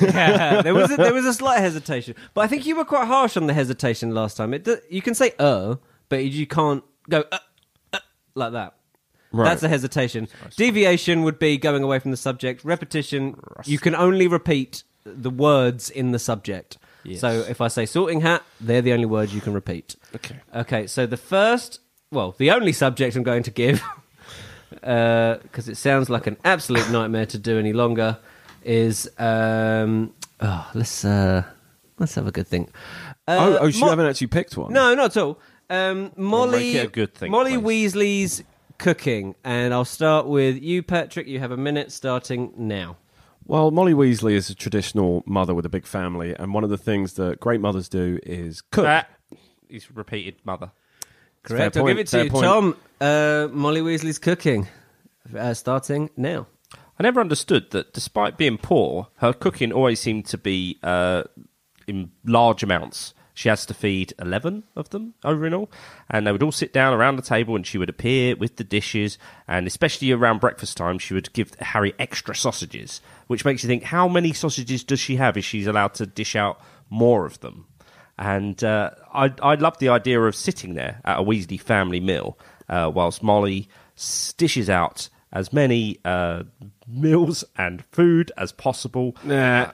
Speaker 3: yeah, there was a, there was a slight hesitation, but I think you were quite harsh on the hesitation last time. It do- you can say "uh," but you can't go uh, uh, like that.
Speaker 2: Right.
Speaker 3: That's a hesitation. Deviation would be going away from the subject. Repetition, you can only repeat the words in the subject. So if I say sorting hat, they're the only words you can repeat.
Speaker 2: Okay.
Speaker 3: Okay, so the first, well, the only subject I'm going to give, because it sounds like an absolute nightmare to do any longer, is um, oh, let's uh, let's have a good think.
Speaker 2: oh,
Speaker 3: Uh,
Speaker 2: oh, so
Speaker 3: Mo-
Speaker 2: you haven't actually picked one.
Speaker 3: no, not at all. Um, Molly,
Speaker 1: it a good thing,
Speaker 3: Molly Weasley's cooking, and I'll start with you, Patrick. You have a minute starting now.
Speaker 2: Well, Molly Weasley is a traditional mother with a big family, and one of the things that great mothers do is cook.
Speaker 1: Ah, he's repeated mother.
Speaker 3: Correct.
Speaker 2: fair
Speaker 3: I'll give
Speaker 2: point,
Speaker 3: it to
Speaker 2: fair
Speaker 3: you,
Speaker 2: point.
Speaker 3: Tom. Uh, Molly Weasley's cooking, uh, starting now.
Speaker 1: I never understood that despite being poor, her cooking always seemed to be uh, in large amounts. She has to feed 11 of them over in all, and they would all sit down around the table and she would appear with the dishes. And especially around breakfast time, she would give Harry extra sausages, which makes you think how many sausages does she have if she's allowed to dish out more of them? And uh, I, I love the idea of sitting there at a Weasley family meal uh, whilst Molly s- dishes out as many uh, meals and food as possible.
Speaker 3: Uh,
Speaker 2: Nah,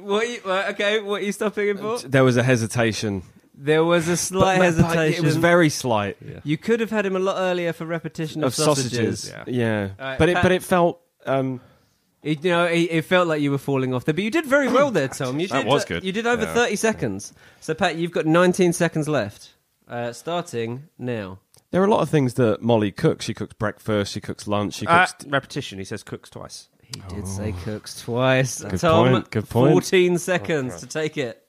Speaker 3: What? You, uh, okay, what are you stopping him for?
Speaker 2: there was a hesitation.
Speaker 3: There was a slight
Speaker 2: But- but
Speaker 3: hesitation.
Speaker 2: It was very slight
Speaker 3: You could have had him a lot earlier for repetition of,
Speaker 2: of sausages.
Speaker 1: Yeah.
Speaker 2: Yeah,
Speaker 3: right,
Speaker 2: but it
Speaker 3: Pat-
Speaker 2: but it felt. Um,
Speaker 3: It, you know, it, it felt like you were falling off there, but you did very well there, Tom. You
Speaker 1: That
Speaker 3: did,
Speaker 1: was
Speaker 3: uh,
Speaker 1: good.
Speaker 3: You did over
Speaker 1: Yeah.
Speaker 3: thirty seconds. So, Pat, you've got nineteen seconds left, uh, starting now.
Speaker 2: there are a lot of things that Molly cooks. She cooks breakfast. She cooks lunch. She
Speaker 1: Uh,
Speaker 2: cooks.
Speaker 1: repetition, he says cooks twice.
Speaker 3: He did say cooks twice.
Speaker 2: Good
Speaker 3: Tom,
Speaker 2: point, good point.
Speaker 3: fourteen seconds to take it,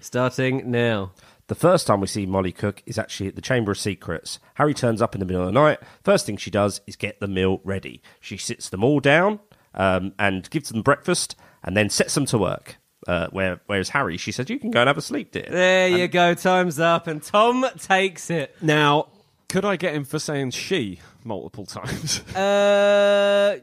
Speaker 3: starting now.
Speaker 1: The first time we see Molly cook is actually at the Chamber of Secrets. Harry turns up in the middle of the night. First thing she does is get the meal ready. She sits them all down um, and gives them breakfast and then sets them to work. Uh, where, whereas Harry, she said, You can go and have a sleep, dear.
Speaker 3: There you go. Time's up, and Tom takes it.
Speaker 2: now, could I get him for saying she multiple times?
Speaker 3: Uh,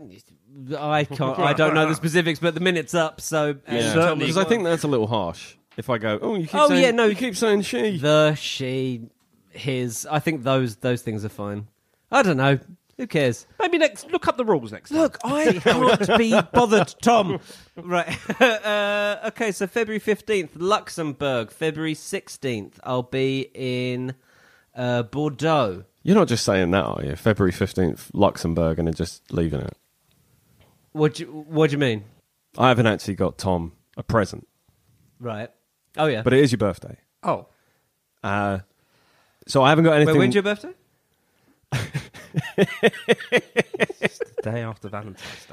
Speaker 3: I can't. I don't know the specifics, but the minute's up. So uh,
Speaker 2: Yeah.
Speaker 3: Tom
Speaker 2: because
Speaker 3: has
Speaker 2: I
Speaker 3: won.
Speaker 2: think that's a little harsh. If I go, oh, you keep
Speaker 3: Oh,
Speaker 2: saying,
Speaker 3: yeah, no,
Speaker 2: you keep saying she.
Speaker 3: the she his i think those those things are fine i don't know who cares
Speaker 1: Maybe next, look up the rules next time.
Speaker 3: look i can't be bothered tom right uh, okay so february 15th luxembourg february 16th i'll be in uh, bordeaux
Speaker 2: You're not just saying that, are you? February 15th, Luxembourg, and then just leaving it.
Speaker 3: what do you, what do you mean
Speaker 2: I haven't actually got Tom a present,
Speaker 3: right oh yeah
Speaker 2: but it is your birthday.
Speaker 1: Oh,
Speaker 2: Uh, so I haven't got anything.
Speaker 3: Wait, when's your birthday
Speaker 1: the day after Valentine's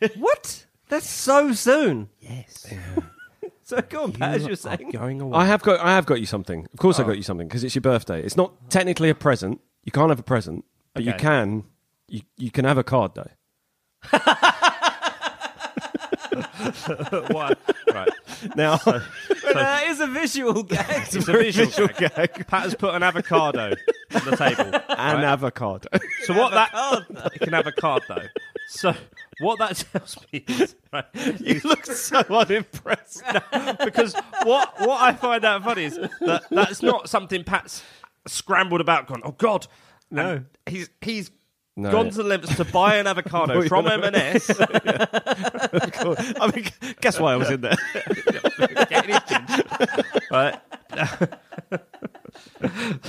Speaker 1: Day.
Speaker 3: what that's so soon
Speaker 1: Yes.
Speaker 3: so go on Pat, as you're saying
Speaker 1: going away.
Speaker 2: I have got. I have got you something. Of course, I
Speaker 3: Oh.
Speaker 2: got you something because it's your birthday. It's not technically a present. You can't have a present, but you
Speaker 1: Okay.
Speaker 2: can. You, you can have a card though.
Speaker 1: right.
Speaker 2: Now,
Speaker 3: that is a visual gag
Speaker 1: It's a visual gag. Pat has put an avocado on the table.
Speaker 2: an avocado.
Speaker 1: So what that you can have a card though. So what that tells me is right, you look so unimpressed now, because what what I find out funny is that that's not something Pat's scrambled about. Gone, oh God, no. he's he's
Speaker 2: No.
Speaker 1: gone to the lengths to buy an avocado from M&S.
Speaker 2: I mean, guess why I was in there.
Speaker 1: Get it in. right.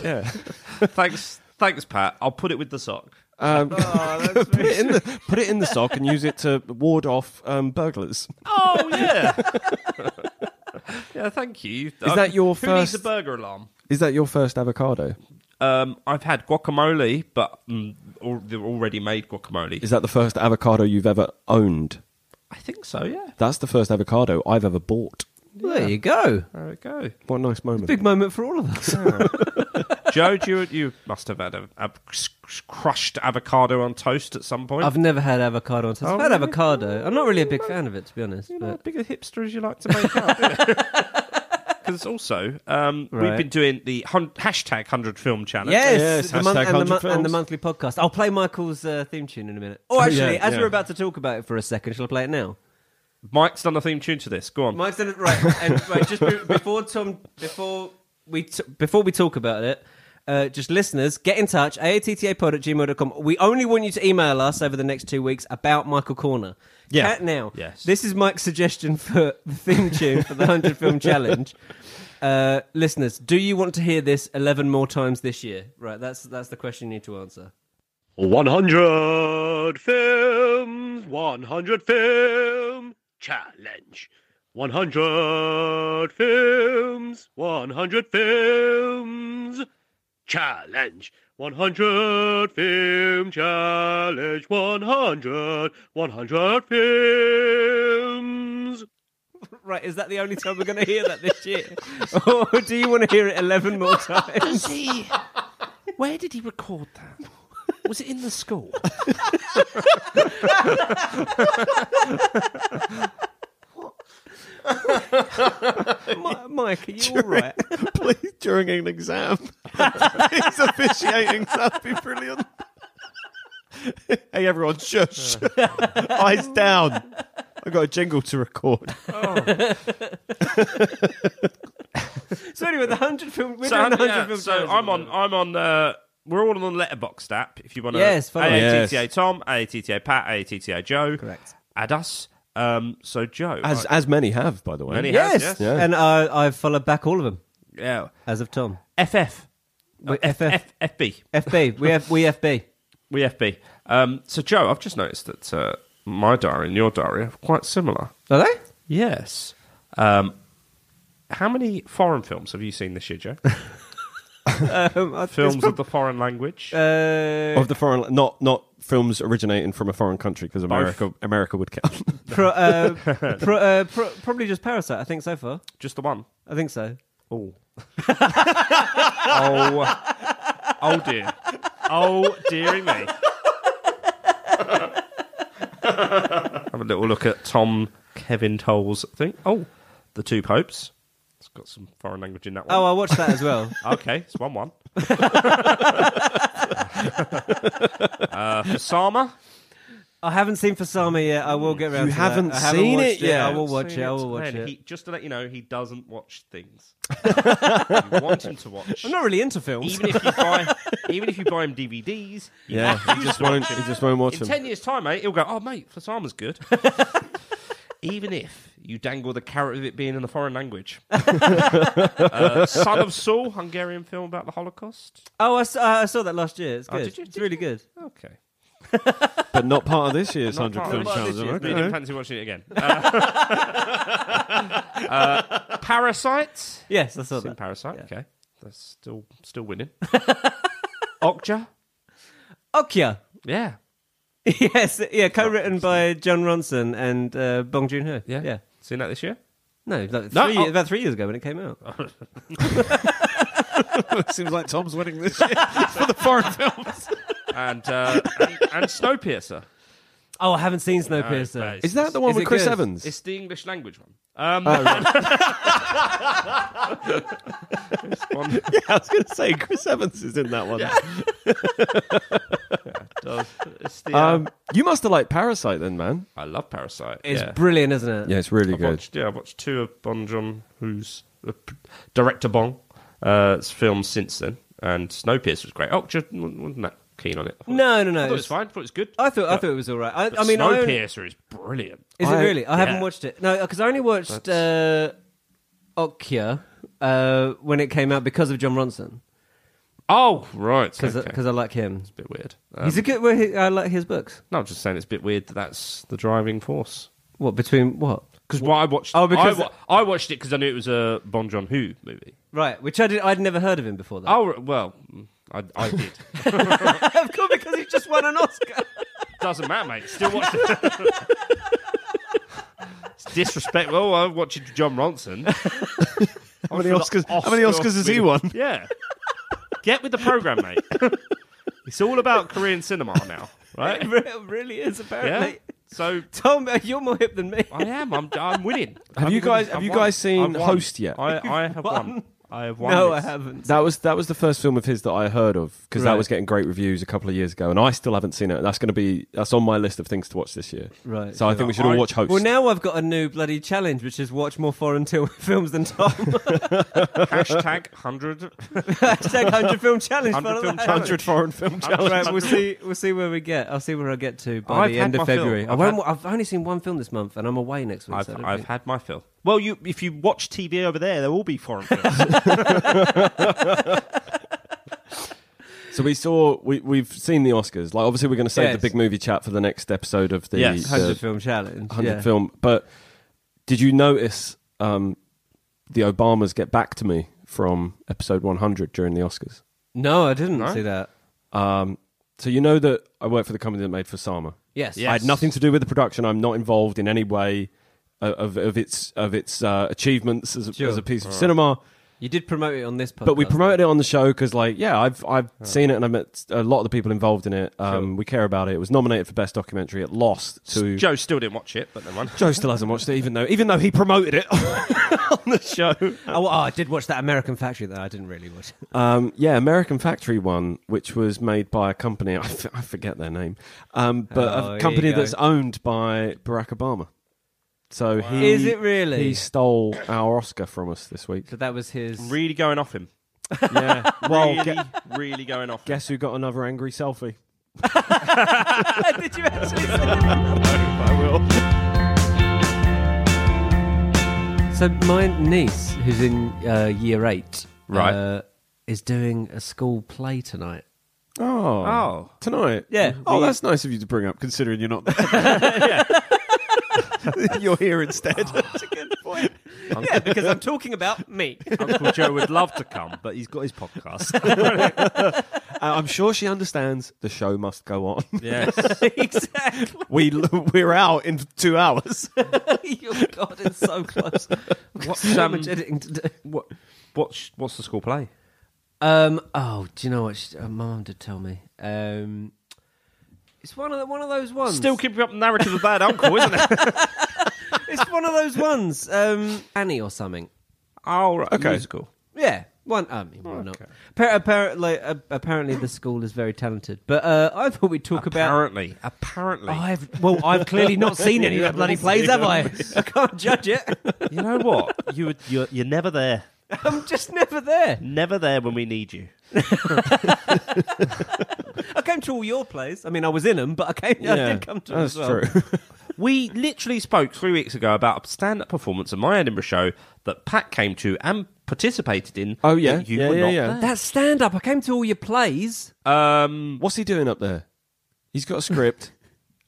Speaker 2: Yeah.
Speaker 1: Thanks, thanks, Pat. I'll put it with the sock.
Speaker 2: Um, put it in the put it in the sock and use it to ward off um, burglars.
Speaker 1: Oh yeah. yeah, thank you. Is
Speaker 2: that your
Speaker 1: Who needs
Speaker 2: first-
Speaker 1: a burger alarm?
Speaker 2: Is that your first avocado?
Speaker 1: Um, I've had guacamole, but mm, al- the already made guacamole.
Speaker 2: Is that the first avocado you've ever owned?
Speaker 1: I think so. Yeah.
Speaker 2: That's the first avocado I've ever bought.
Speaker 3: there you go
Speaker 1: There we go.
Speaker 2: What a nice moment.
Speaker 3: big moment for all of us
Speaker 1: Joe, do you, you must have had a, a s- s- crushed avocado on toast at some point.
Speaker 3: I've never had avocado on toast. I've had avocado. I'm not really a big fan of it, to be honest.
Speaker 1: you know,
Speaker 3: But
Speaker 1: bigger hipster as you like to make out. because also um, we've
Speaker 3: Right.
Speaker 1: been doing the hun- hashtag hundred film challenge.
Speaker 2: Yes,
Speaker 3: Yes, the month-
Speaker 2: hashtag
Speaker 3: and, the
Speaker 2: 100
Speaker 3: mon- and the
Speaker 2: films.
Speaker 3: monthly podcast. I'll play Michael's uh, theme tune in a minute. Or actually,
Speaker 2: yeah,
Speaker 3: as
Speaker 2: yeah.
Speaker 3: we're about to talk about it for a second, shall I play it now?
Speaker 1: Mike's done a theme tune to this. Go on.
Speaker 3: Mike's done it right. And right, just be- before Tom, before we t- before we talk about it, uh, just listeners, get in touch. aattapod at gmail.com. We only want you to email us over the next two weeks about Michael Corner.
Speaker 1: Yeah.
Speaker 3: Cat now.
Speaker 1: Yes.
Speaker 3: This is Mike's suggestion for the theme tune for the hundred film challenge. Uh, listeners, do you want to hear this eleven more times this year? Right. That's that's the question you need to answer.
Speaker 7: 100 films, 100 film challenge. 100 films, 100 films challenge. 100 film challenge. 100, 100 films.
Speaker 3: Right, is that the only time we're going to hear that this year? or do you want to hear it 11 more times?
Speaker 1: Where did he record that? Was it in the school?
Speaker 3: Mi- Mike, are you all right?
Speaker 2: Please, during an exam. Please, officiating. That'd be brilliant. hey, everyone, shush. Eyes down. I've got a jingle to record.
Speaker 3: So anyway, the 100 film, we're
Speaker 1: so
Speaker 3: doing the 100
Speaker 1: yeah,
Speaker 3: film
Speaker 1: so
Speaker 3: challenge.
Speaker 1: I'm on. I'm on. Uh, we're all on the Letterboxd app. If you want to,
Speaker 3: Yes, follow us.
Speaker 1: AATTA
Speaker 2: Yes.
Speaker 1: Tom, AATTA Pat, AATTA Joe.
Speaker 3: Correct.
Speaker 1: Add us. Um, so Joe,
Speaker 2: As,
Speaker 1: right,
Speaker 2: as many have, by the way.
Speaker 1: Many
Speaker 3: Yes,
Speaker 1: Yes,
Speaker 2: yeah.
Speaker 3: and I, I've followed back all of them,
Speaker 1: yeah,
Speaker 3: as of Tom.
Speaker 1: FF,
Speaker 3: We- FF,
Speaker 1: F, FB,
Speaker 3: FB, we, F, we FB.
Speaker 1: we FB. Um, so Joe, I've just noticed that uh, my diary and your diary are quite similar.
Speaker 3: Are they?
Speaker 1: Yes. Um, how many foreign films have you seen this year, Joe?
Speaker 3: Um, I-
Speaker 1: films of the foreign language.
Speaker 3: Uh,
Speaker 2: Of the foreign, not not films originating from a foreign country, because America America would count.
Speaker 3: pro, uh, pro, uh, pro, probably just Parasite, I think so far.
Speaker 1: Just the one.
Speaker 3: I think so.
Speaker 1: Oh. oh. Oh dear. Oh dearie me. Have a little look at Tom Kevin Toll's thing. Oh, the two popes. It's got some foreign language in that one.
Speaker 3: Oh, I watched that as well.
Speaker 1: Okay, it's one one. uh, Sama.
Speaker 3: I haven't seen Fasama yet. I will get around
Speaker 2: You
Speaker 3: to that.
Speaker 2: haven't
Speaker 3: I haven't
Speaker 2: seen
Speaker 3: watched
Speaker 2: it yet.
Speaker 3: I will watch it. I will watch
Speaker 1: Man,
Speaker 3: it.
Speaker 1: He, just to let you know, he doesn't watch things. you want him to watch.
Speaker 3: I'm not really into films.
Speaker 1: even if you buy, even if you buy him DVDs,
Speaker 2: yeah, he just won't. He just won't watch
Speaker 1: in
Speaker 2: them.
Speaker 1: ten years' time, mate, he'll go. Oh, mate, Fasama's good. even if you dangle the carrot of it being in a foreign language, uh, Son of Saul, Hungarian film about the Holocaust.
Speaker 3: Oh, I saw, I saw that last year. It's
Speaker 1: Oh,
Speaker 3: good.
Speaker 1: did you-
Speaker 3: it's
Speaker 1: did
Speaker 3: really
Speaker 1: you?
Speaker 3: good.
Speaker 1: Okay.
Speaker 2: But not part of this year's
Speaker 1: Not
Speaker 2: hundred
Speaker 1: part
Speaker 2: film
Speaker 1: of it. This year's
Speaker 2: challenge.
Speaker 1: me. Didn't
Speaker 2: Okay.
Speaker 1: fancy watching it again. Uh, uh, Parasite.
Speaker 3: Yes, I saw
Speaker 1: Seen
Speaker 3: that.
Speaker 1: Parasite.
Speaker 3: Yeah.
Speaker 1: Okay, that's still still winning. Okja.
Speaker 3: Okja.
Speaker 1: Yeah.
Speaker 3: yes, yeah, co-written by John Ronson and uh, Bong Joon-ho.
Speaker 1: Yeah.
Speaker 3: yeah.
Speaker 1: Seen that this year?
Speaker 3: No, like
Speaker 1: No,
Speaker 3: three,
Speaker 1: oh-
Speaker 3: about three years ago when it came out.
Speaker 4: Seems like Tom's winning this year.
Speaker 1: And uh, and, and Snowpiercer.
Speaker 3: Oh, I haven't seen
Speaker 1: Oh,
Speaker 3: Snowpiercer.
Speaker 1: it's-
Speaker 2: Is that the one
Speaker 3: Is
Speaker 2: with
Speaker 3: it
Speaker 2: Chris
Speaker 3: good?
Speaker 2: Evans?
Speaker 1: It's the English language one. Um,
Speaker 3: Oh,
Speaker 1: It's one-
Speaker 2: I was going to say Chris Evans is in that one.
Speaker 1: it's the, uh,
Speaker 2: Um, you must have liked Parasite then, man.
Speaker 1: I love Parasite.
Speaker 3: It's
Speaker 1: yeah.
Speaker 3: brilliant, isn't it?
Speaker 2: Yeah, it's really
Speaker 1: I've
Speaker 2: good.
Speaker 1: watched, yeah, I've watched two of Bon Joon, who's uh, p- director Bong, uh, it's filmed since then. And Snowpiercer was great. Oh, just wasn't that keen on it. I thought-
Speaker 3: No, no, no.
Speaker 1: I thought it was
Speaker 3: it's-
Speaker 1: fine. thought it was good.
Speaker 3: I thought I thought it was all right. I,
Speaker 1: But
Speaker 3: I mean, I only,
Speaker 1: Snowpiercer is brilliant.
Speaker 3: is it
Speaker 2: I-
Speaker 3: really? I
Speaker 1: yeah.
Speaker 3: haven't watched it. No, because I only watched uh, Okja uh, when it came out because of John Ronson
Speaker 1: Oh, right.
Speaker 3: because
Speaker 1: okay. Um,
Speaker 3: I like him.
Speaker 1: It's a bit weird.
Speaker 3: He's a good. Well, he, I like his books.
Speaker 1: No, I'm just saying it's a bit weird that that's the driving force.
Speaker 3: What between what?
Speaker 1: Because why I watched?
Speaker 3: Oh, because-
Speaker 1: I, wa- I watched it because I knew it was a Bon John Who movie.
Speaker 3: Right, which I did. I'd never heard of him before. That.
Speaker 1: Oh well, I, I did.
Speaker 3: of course, because he just won an Oscar.
Speaker 1: Doesn't matter, mate. Still watch it. it's disrespectful. Oh, I watched John Ronson.
Speaker 2: How many Oscars? How many Oscars has he won?
Speaker 1: Yeah, get with the program, mate. it's all about Korean cinema now, right?
Speaker 3: it really is, apparently.
Speaker 1: Yeah, So
Speaker 3: Tom, you're more hip than me.
Speaker 1: I am. I'm, I'm winning.
Speaker 2: Have
Speaker 1: I'm
Speaker 2: you
Speaker 1: winning.
Speaker 2: guys- have
Speaker 1: I've
Speaker 2: you
Speaker 1: won.
Speaker 2: guys seen
Speaker 1: I've won.
Speaker 2: Host yet?
Speaker 1: I, I have won. I have won.
Speaker 3: no, I
Speaker 1: this.
Speaker 3: haven't.
Speaker 2: That was that was the first film of his that I heard of because that was getting great reviews a couple of years ago, and I still haven't seen it. That's going to be that's on my list of things to watch this year.
Speaker 3: Right.
Speaker 2: So I think we should all watch Host.
Speaker 3: Well, now I've got a new bloody challenge, which is watch more foreign til- films than Tom.
Speaker 1: Hashtag hundred.
Speaker 3: Hashtag hundred film challenge.
Speaker 1: 100
Speaker 3: follow
Speaker 1: film
Speaker 3: that.
Speaker 1: challenge.
Speaker 2: hundred foreign film challenge.
Speaker 3: Right, we'll see. We'll see where we get. I'll see where I get to by
Speaker 1: I've
Speaker 3: the
Speaker 1: had
Speaker 3: end
Speaker 1: my
Speaker 3: of
Speaker 1: film.
Speaker 3: February. I
Speaker 1: I've
Speaker 3: won't, I've only seen one film this month, and I'm away next week. so I
Speaker 1: I've,
Speaker 3: don't
Speaker 1: I've
Speaker 3: think-
Speaker 1: had my fill. Well, you if you watch TV over there, there will be foreign films.
Speaker 2: So we saw we we've seen the Oscars. Like obviously we're going to save the
Speaker 3: Yes.
Speaker 2: big movie chat for the next episode of the
Speaker 1: Yes.
Speaker 2: the
Speaker 3: hundred film challenge.
Speaker 2: 100
Speaker 3: yeah.
Speaker 2: film. But did you notice um, the Obamas get back to me from episode 100 during the Oscars?
Speaker 3: No, I didn't see that.
Speaker 2: Um, so you know that I work for the company that made Fasama.
Speaker 3: Yes.
Speaker 1: Yeah.
Speaker 2: I had nothing to do with the production. I'm not involved in any way o- of, of its of its uh, achievements as a,
Speaker 3: Sure.
Speaker 2: as a piece of cinema.
Speaker 3: You did promote it on this podcast.
Speaker 2: But we promoted it on the show because, like, yeah, I've I've seen it and I met a lot of the people involved in it. Um, We care about it. It was nominated for best documentary. It lost to
Speaker 1: Joe still didn't watch it, but no one.
Speaker 2: Joe still hasn't watched it, even though even though he promoted it on the show.
Speaker 3: Oh, well, oh, I did watch that American Factory though. I didn't really watch. it.
Speaker 2: Um, yeah, American Factory one, which was made by a company I f- I forget their name, um, but
Speaker 3: Oh, here
Speaker 2: a
Speaker 3: you
Speaker 2: company
Speaker 3: go.
Speaker 2: that's owned by Barack Obama. So he
Speaker 3: Is it really?
Speaker 2: He stole our Oscar from us this week.
Speaker 3: So that was his.
Speaker 1: Really going off him.
Speaker 2: yeah. Well,
Speaker 1: Really,
Speaker 2: gu-
Speaker 1: really going off. him.
Speaker 2: guess who got another angry selfie?
Speaker 3: did you actually? Say So my niece, who's in uh, year eight,
Speaker 1: Right.
Speaker 3: uh, is doing a school play tonight.
Speaker 2: Oh,
Speaker 1: Oh.
Speaker 2: tonight.
Speaker 3: Yeah.
Speaker 2: Oh,
Speaker 3: We-
Speaker 2: that's nice of you to bring up, considering you're not. you're here instead.
Speaker 3: Yeah, because I'm talking about me.
Speaker 1: Uncle Joe would love to come, but he's got his podcast.
Speaker 2: I- I'm sure she understands. The show must go on.
Speaker 1: yes.
Speaker 3: exactly.
Speaker 2: we we're out in two hours.
Speaker 3: Your God, it's so close. I've got so
Speaker 1: um,
Speaker 3: much editing to do.
Speaker 1: What, what's what's the school play?
Speaker 3: Um. Oh, do you know what? She, uh, my mum did tell me. Um. It's one of the, one of those ones.
Speaker 1: Still keeping up the narrative of bad uncle, isn't it?
Speaker 3: it's one of those ones. Um. Annie or something.
Speaker 1: oh, right.
Speaker 2: Okay.
Speaker 1: Musical.
Speaker 3: Yeah, one. I mean, why not? Appar- appar- like, uh, apparently, the school is very talented. But uh, I thought we'd talk about.
Speaker 1: Apparently, Oh, apparently.
Speaker 3: I've well, I've clearly not seen any of that bloody plays, have I? I can't judge it.
Speaker 1: you know what? You would, you're, you're never there.
Speaker 3: I'm just never there.
Speaker 1: Never there when we need you.
Speaker 3: I came to all your plays. I mean, I was in them, but I came. I did come to 'em
Speaker 2: that's
Speaker 3: as well.
Speaker 2: true.
Speaker 1: We literally spoke three weeks ago about a stand up performance at my Edinburgh show that Pat came to and participated in.
Speaker 2: Oh, yeah.
Speaker 1: that You
Speaker 2: Yeah,
Speaker 1: were
Speaker 2: yeah,
Speaker 1: not
Speaker 2: yeah.
Speaker 1: there.
Speaker 3: That stand up. I came to all your plays.
Speaker 1: Um,
Speaker 2: What's he doing up there? He's got a script,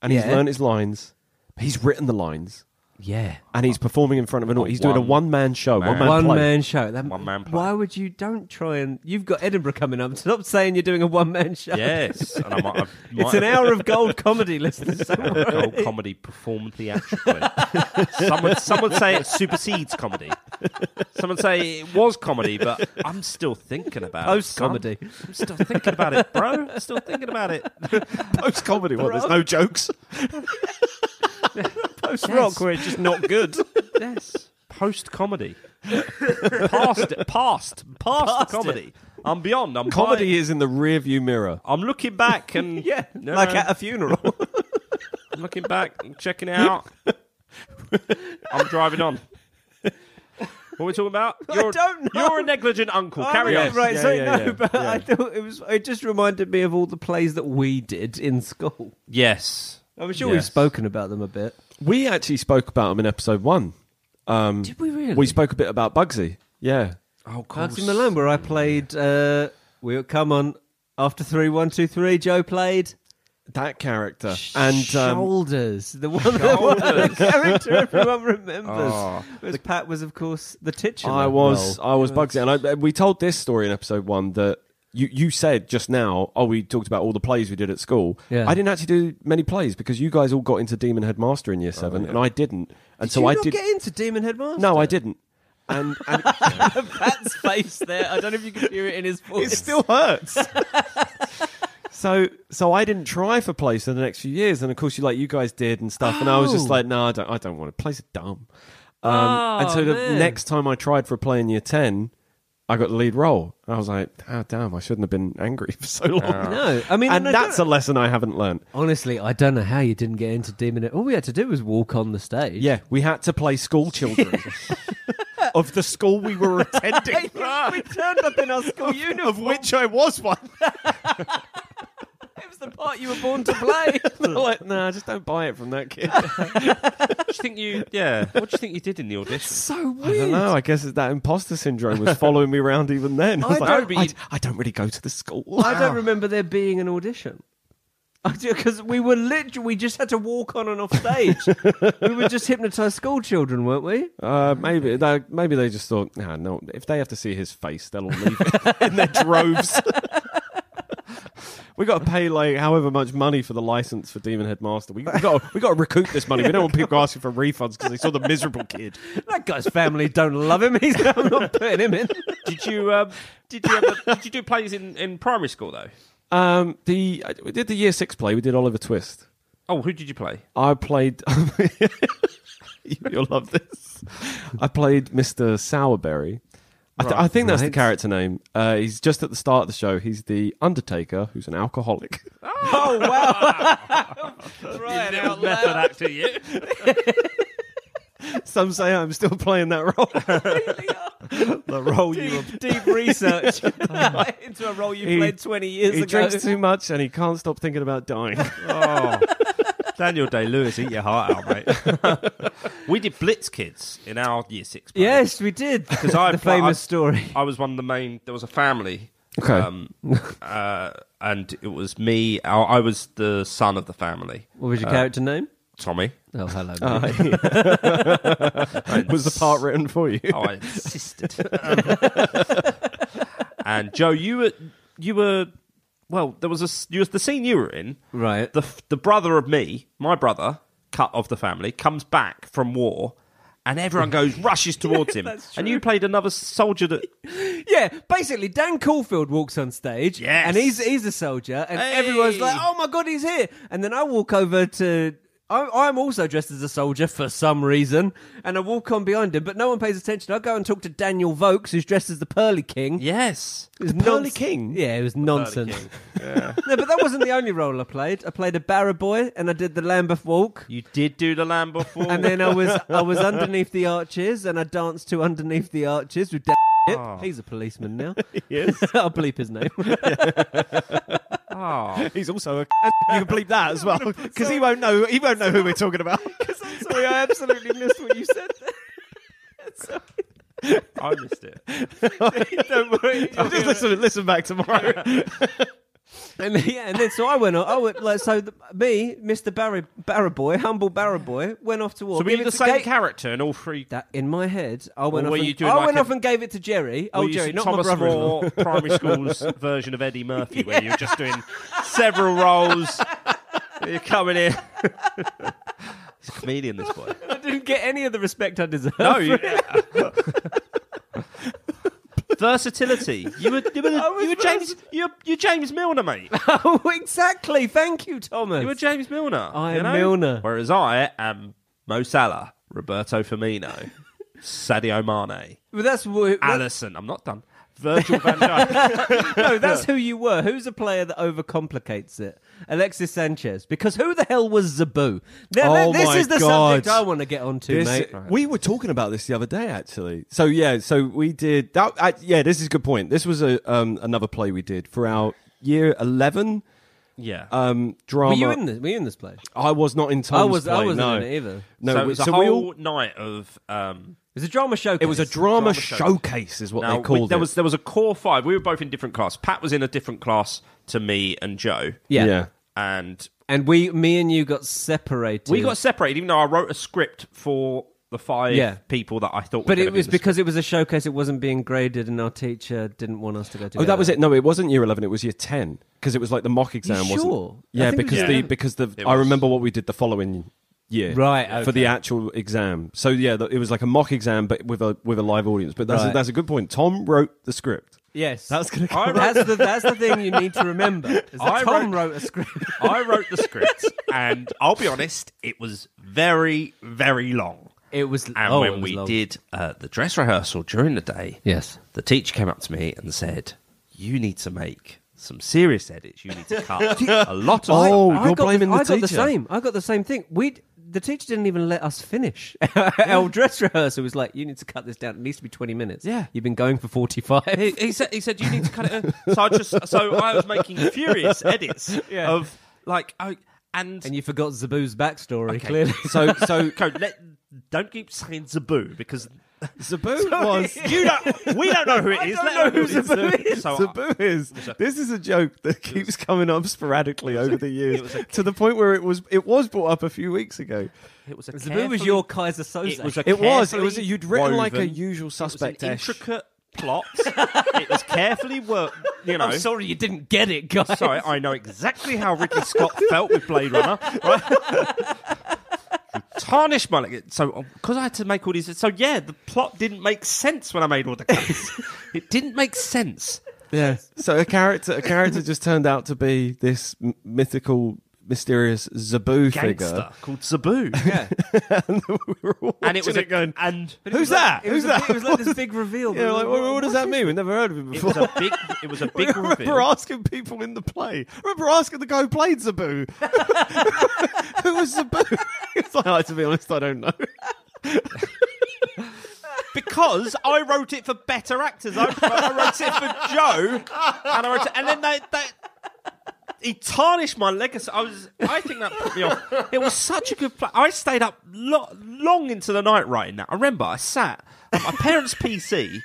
Speaker 2: and he's
Speaker 3: Yeah.
Speaker 2: learned his lines. He's written the lines,
Speaker 3: Yeah.
Speaker 2: and he's performing in front of an audience. He's doing a
Speaker 1: one
Speaker 2: one-man show,
Speaker 1: man.
Speaker 2: one-man
Speaker 3: One
Speaker 2: play.
Speaker 3: man show. That,
Speaker 1: One man play.
Speaker 3: Why would you? Don't try and. You've got Edinburgh coming up. Stop saying you're doing a one man show.
Speaker 1: yes. And I might, I
Speaker 3: It's an hour of gold comedy, listeners.
Speaker 1: Old comedy performed theatrically. some, would, some would say it supersedes comedy. Some would say it was comedy, but I'm still thinking about it. son.
Speaker 3: Post-comedy.
Speaker 1: I'm still thinking about it, bro. I'm still thinking about it.
Speaker 2: Post comedy. What? There's no jokes.
Speaker 1: Post rock where it's just not good. yes. Post comedy. past it. Past. Past, the comedy. I'm beyond. I'm
Speaker 2: Comedy
Speaker 1: by-
Speaker 2: is in the rearview mirror.
Speaker 1: I'm looking back and
Speaker 3: yeah,
Speaker 1: No,
Speaker 3: like
Speaker 1: no.
Speaker 3: at a funeral.
Speaker 1: I'm looking back, I'm checking it out. I'm driving on. What are we talking about? You're,
Speaker 3: don't know.
Speaker 1: You're a negligent uncle. Carry
Speaker 3: Oh,
Speaker 1: on.
Speaker 3: Right,
Speaker 2: Yeah,
Speaker 3: so
Speaker 2: yeah,
Speaker 3: no,
Speaker 2: yeah,
Speaker 3: but I thought it was. It just reminded me of all the plays that we did in school.
Speaker 1: Yes.
Speaker 3: I'm sure we've
Speaker 2: Yes.
Speaker 3: spoken about them a bit.
Speaker 2: We actually spoke about him in episode one. Um,
Speaker 3: Did we really?
Speaker 2: We spoke a bit about Bugsy. Yeah.
Speaker 1: Oh, cool.
Speaker 3: Bugsy Malone, where I played. Uh, we come on after three, one, two, three. Joe played
Speaker 2: That character. And um,
Speaker 3: shoulders. The one, the one the character everyone remembers. Whereas Pat was, of course, the titular.
Speaker 2: Ah. I was
Speaker 3: role.
Speaker 2: I was Bugsy, and I, we told this story in episode one that you you said just now. Oh, we talked about all the plays we did at school.
Speaker 3: Yeah.
Speaker 2: I didn't actually do many plays because you guys all got into Demon Headmaster in year seven, and I didn't.
Speaker 3: Oh,
Speaker 2: And
Speaker 3: Did
Speaker 2: so
Speaker 3: you
Speaker 2: I
Speaker 3: not
Speaker 2: did.
Speaker 3: get into Demon Headmaster?
Speaker 2: no, I didn't. And, and
Speaker 3: Pat's face there. I don't know if you can hear it in his voice.
Speaker 2: hurts. So, so I didn't try for place in the next few years, and of course, you like you guys did and stuff, and I was
Speaker 3: Oh.
Speaker 2: just like, no, I don't, I don't want to. Plays are dumb. Um, and so the next time I tried for a play in year ten, I got the lead role. I was like, oh damn, I shouldn't have been angry for so long.
Speaker 3: No, I mean,
Speaker 2: and
Speaker 3: no,
Speaker 2: that's
Speaker 3: don't-
Speaker 2: a lesson I haven't learned.
Speaker 3: honestly, I don't know how you didn't get into Demon. All we had to do was walk on the stage.
Speaker 2: Yeah, we had to play school children of the school we were attending,
Speaker 3: we turned up in our school uniform.
Speaker 2: of which I was one.
Speaker 3: It was the part you were born to play.
Speaker 2: like, nah, just don't buy it from that kid.
Speaker 1: What do you think you? Yeah. What do you think you did in the audition?
Speaker 3: so
Speaker 2: I
Speaker 3: weird.
Speaker 2: don't know. I guess it's that imposter syndrome was following me around even then. I, was
Speaker 3: I
Speaker 2: like,
Speaker 3: don't-
Speaker 2: I, I don't really go to the school.
Speaker 3: I don't remember there being an audition. Because we were literally, we just had to walk on and off stage. we were just hypnotized school children, weren't we?
Speaker 2: Uh, maybe they, maybe they just thought, nah, no. If they have to see his face, they'll all leave in their droves. we got to pay like however much money for the license for Demon Headmaster. We, we got to, we got to recoup this money. We don't want people asking for refunds because they saw the miserable kid.
Speaker 3: That guy's family don't love him. He's I'm not putting him in.
Speaker 1: Did you? Um, did you? Ever, did you do plays in, in primary school though?
Speaker 2: Um, the I- we did the year six play. We did Oliver Twist.
Speaker 1: Oh, who did you play?
Speaker 2: I played. You'll love this. I played Mr. Sourberry. I, th- I think that's the character name. Uh, he's just at the start of the show. He's the Undertaker, who's an alcoholic.
Speaker 3: Oh wow! right out
Speaker 1: Better that to you.
Speaker 2: Some say I'm still playing that role.
Speaker 4: The role you were
Speaker 3: Deep, deep research into a role you
Speaker 2: He-
Speaker 3: played 20 years
Speaker 2: he
Speaker 3: ago.
Speaker 2: drinks too much and he can't stop thinking about dying.
Speaker 1: Oh, Daniel Day Lewis, eat your heart out, mate. we did Blitz Kids in our year six. play.
Speaker 3: yes, we did.
Speaker 1: 'Cause I
Speaker 3: the
Speaker 1: pla-
Speaker 3: famous
Speaker 1: I-
Speaker 3: story.
Speaker 1: I was one of the main. There was a family.
Speaker 2: Okay.
Speaker 1: Um, uh, and it was me. I, I was the son of the family.
Speaker 3: What was your character name?
Speaker 1: Tommy.
Speaker 3: Oh, hello.
Speaker 1: Uh,
Speaker 2: Was the part written for you?
Speaker 1: Oh, I insisted. and Joe, you were you were well. There was a s- you was the scene you were in.
Speaker 3: Right.
Speaker 1: The f- the brother of me, my brother, cut of the family, comes back from war, and everyone goes rushes towards him. And you played another soldier that
Speaker 3: Yeah, basically, Dan Caulfield walks on stage,
Speaker 1: Yes.
Speaker 3: and he's he's a soldier, and
Speaker 1: Hey.
Speaker 3: everyone's like, "Oh my god, he's here!" And then I walk over to. I- I'm also dressed as a soldier for some reason, and I walk on behind him, but no one pays attention. I go and talk to Daniel Vokes, who's dressed as the Pearly King.
Speaker 1: yes.
Speaker 3: It was
Speaker 2: Pearly
Speaker 3: nonsense.
Speaker 2: King?
Speaker 3: Yeah, it was nonsense. no, but that wasn't the only role I played. I played a barra boy, and I did the Lambeth Walk.
Speaker 1: You did do the land before.
Speaker 3: And then I was I was underneath the arches, and I danced to underneath the arches with. Dan He's a policeman now.
Speaker 2: Yes.
Speaker 3: I'll bleep his name.
Speaker 1: oh,
Speaker 2: He's also a. You can bleep that as well because he won't know. He won't know who we're talking about.
Speaker 3: I'm sorry, I absolutely missed what you said.
Speaker 1: I missed it.
Speaker 3: Don't worry.
Speaker 2: Just listen. Listen back tomorrow.
Speaker 3: And then- yeah, and then so I went. on- I went like so. The, me, Mister Barry Barra Boy, humble Barra Boy, went off to war.
Speaker 1: So we
Speaker 3: gave
Speaker 1: were
Speaker 3: it
Speaker 1: the
Speaker 3: to
Speaker 1: same
Speaker 3: Gate-
Speaker 1: character in all three.
Speaker 3: That in my head, I went
Speaker 1: Or
Speaker 3: off.
Speaker 1: were
Speaker 3: and,
Speaker 1: you doing
Speaker 3: I
Speaker 1: like
Speaker 3: went
Speaker 1: a-
Speaker 3: off and gave it to Jerry. Oh,
Speaker 1: Were you
Speaker 3: Jerry, not
Speaker 1: Thomas
Speaker 3: my brother.
Speaker 1: More primary school's version of Eddie Murphy, where you're just doing several roles. You're coming in. He's a comedian, this boy.
Speaker 3: I didn't get any of the respect I deserved.
Speaker 1: No, you. Versatility. You were, you were,
Speaker 3: I was
Speaker 1: you were James. You're, you're James Milner, mate.
Speaker 3: oh, exactly. Thank you, Thomas.
Speaker 1: You were James Milner.
Speaker 3: I
Speaker 1: you
Speaker 3: am
Speaker 1: know?
Speaker 3: Milner.
Speaker 1: Whereas I am Mo Salah, Roberto Firmino, Sadio Mane,
Speaker 3: But that's wh- that,
Speaker 1: Allison. I'm not done. Virgil van Dijk.
Speaker 3: no, that's who you were. Who's a player that overcomplicates it? Alexis Sanchez. Because who the hell was Zabu? Now,
Speaker 2: Oh
Speaker 3: this
Speaker 2: my
Speaker 3: is the
Speaker 2: God.
Speaker 3: subject I want to get onto,
Speaker 2: This-
Speaker 3: mate.
Speaker 2: We were talking about this the other day, actually. So yeah, so we did that. I, yeah, this is a good point. This was a um, another play we did for our year eleven
Speaker 1: yeah.
Speaker 2: um, drama.
Speaker 3: Were you in this? Were you in this play?
Speaker 2: I was not in Tom's
Speaker 3: I was. I
Speaker 2: play,
Speaker 3: wasn't
Speaker 2: no.
Speaker 3: in it either.
Speaker 2: No,
Speaker 1: so
Speaker 2: we-
Speaker 1: it was a
Speaker 2: so we
Speaker 1: whole
Speaker 2: all-
Speaker 1: night of. Um,
Speaker 3: It was a drama show.
Speaker 2: it was a drama, showcase, is what
Speaker 1: now,
Speaker 2: they
Speaker 1: we-
Speaker 2: called
Speaker 1: there
Speaker 2: it.
Speaker 1: was there was a core five. We were both in different class. Pat was in a different class to me and Joe.
Speaker 3: Yeah.
Speaker 2: yeah.
Speaker 1: and
Speaker 3: and we, me and you, got separated.
Speaker 1: we got separated. Even though I wrote a script for the five
Speaker 3: Yeah.
Speaker 1: people that I thought.
Speaker 3: but
Speaker 1: were
Speaker 3: it
Speaker 1: gonna be
Speaker 3: was
Speaker 1: in the
Speaker 3: because it was a showcase. It wasn't being graded, and our teacher didn't want us to go.
Speaker 2: Oh,
Speaker 3: Together.
Speaker 2: that was it. No, it wasn't year eleven. It was year ten because it was like the mock exam. wasn't
Speaker 3: sure? I
Speaker 2: Yeah,
Speaker 3: think it was
Speaker 2: because
Speaker 3: year
Speaker 2: the
Speaker 3: 11.
Speaker 2: because the
Speaker 1: It
Speaker 2: I
Speaker 1: was.
Speaker 2: remember what we did the following year,
Speaker 3: Right,
Speaker 2: For the
Speaker 3: okay.
Speaker 2: actual exam. So yeah, the, it was like a mock exam, but with a with a live audience. But that's a,
Speaker 3: Right.
Speaker 2: that's a good point. Tom wrote the script.
Speaker 3: Yes,
Speaker 4: That's gonna come
Speaker 1: I
Speaker 3: that's the that's the thing you need to remember. Is that
Speaker 1: I
Speaker 3: Tom wrote a script.
Speaker 1: I wrote the script, and I'll be honest, it was very, very long.
Speaker 3: It was
Speaker 1: And
Speaker 3: oh, it
Speaker 1: when
Speaker 3: was
Speaker 1: we
Speaker 3: long.
Speaker 1: did uh, the dress rehearsal during the day,
Speaker 3: yes,
Speaker 1: the teacher came up to me and said, "You need to make some serious edits. You need to cut a lot of."
Speaker 2: Oh,
Speaker 1: stuff out."
Speaker 2: you're
Speaker 3: got,
Speaker 2: blaming the
Speaker 3: I got the
Speaker 2: teacher.
Speaker 3: same. I got the same thing. We the teacher didn't even let us finish our dress rehearsal. Was like, you need to cut this down. It needs to be twenty minutes.
Speaker 2: Yeah.
Speaker 3: you've been going for forty five.
Speaker 1: He, he said, "He said you need to cut it." in." So I just, so I was making furious edits of like, oh, and,
Speaker 3: And you forgot Zaboo's backstory. Clearly,
Speaker 1: so so Code, let, don't keep saying Zaboo because
Speaker 2: Zaboo was.
Speaker 1: you don't, we don't know who it is. Let know who Zaboo is. So uh, I-
Speaker 2: Zaboo is. This is a joke that keeps coming up sporadically over the years, to the point where it was it was brought up a few weeks ago.
Speaker 1: it was a
Speaker 3: Zaboo was
Speaker 1: carefully-
Speaker 3: your Kaiser Soze.
Speaker 1: It was a
Speaker 2: It was. It
Speaker 1: carefully
Speaker 2: was. You'd written like a
Speaker 1: woven- It
Speaker 2: usual
Speaker 1: was an
Speaker 2: suspect.
Speaker 1: intricate plot. it was carefully worked. You know,
Speaker 3: I'm sorry you didn't get it, guys.
Speaker 1: Sorry, I know exactly how Ridley Scott felt with Blade Runner. Tarnish my leg. So, because I had to make all these. So, yeah, the plot didn't make sense when I made all the cuts. it didn't make sense.
Speaker 2: Yeah. So a character, a character just turned out to be this m- mythical, mysterious Zaboo
Speaker 1: Gangster
Speaker 2: figure.
Speaker 1: called Zaboo. Yeah.
Speaker 2: and we were all
Speaker 1: And it was a,
Speaker 2: watching going.
Speaker 1: and
Speaker 3: But it
Speaker 2: Who's
Speaker 3: was like-
Speaker 2: that?
Speaker 3: It was
Speaker 2: Who's
Speaker 3: a
Speaker 2: that?
Speaker 3: big- It was like this big reveal.
Speaker 2: Yeah, like, what, what does that mean? We've never heard of him
Speaker 1: it
Speaker 2: before.
Speaker 1: was a big it was a
Speaker 2: We
Speaker 1: big
Speaker 2: remember
Speaker 1: reveal.
Speaker 2: asking people in the play. Remember asking the guy who played Zaboo. who was Zaboo? It's like, oh, to be honest, I don't know.
Speaker 1: because I wrote it for better actors. I, I wrote it for Joe, and I wrote it, and then they, they he tarnished my legacy. I was, I think that put me off. It was such a good play. I stayed up lo- long into the night writing that. I remember I sat at my parents' PC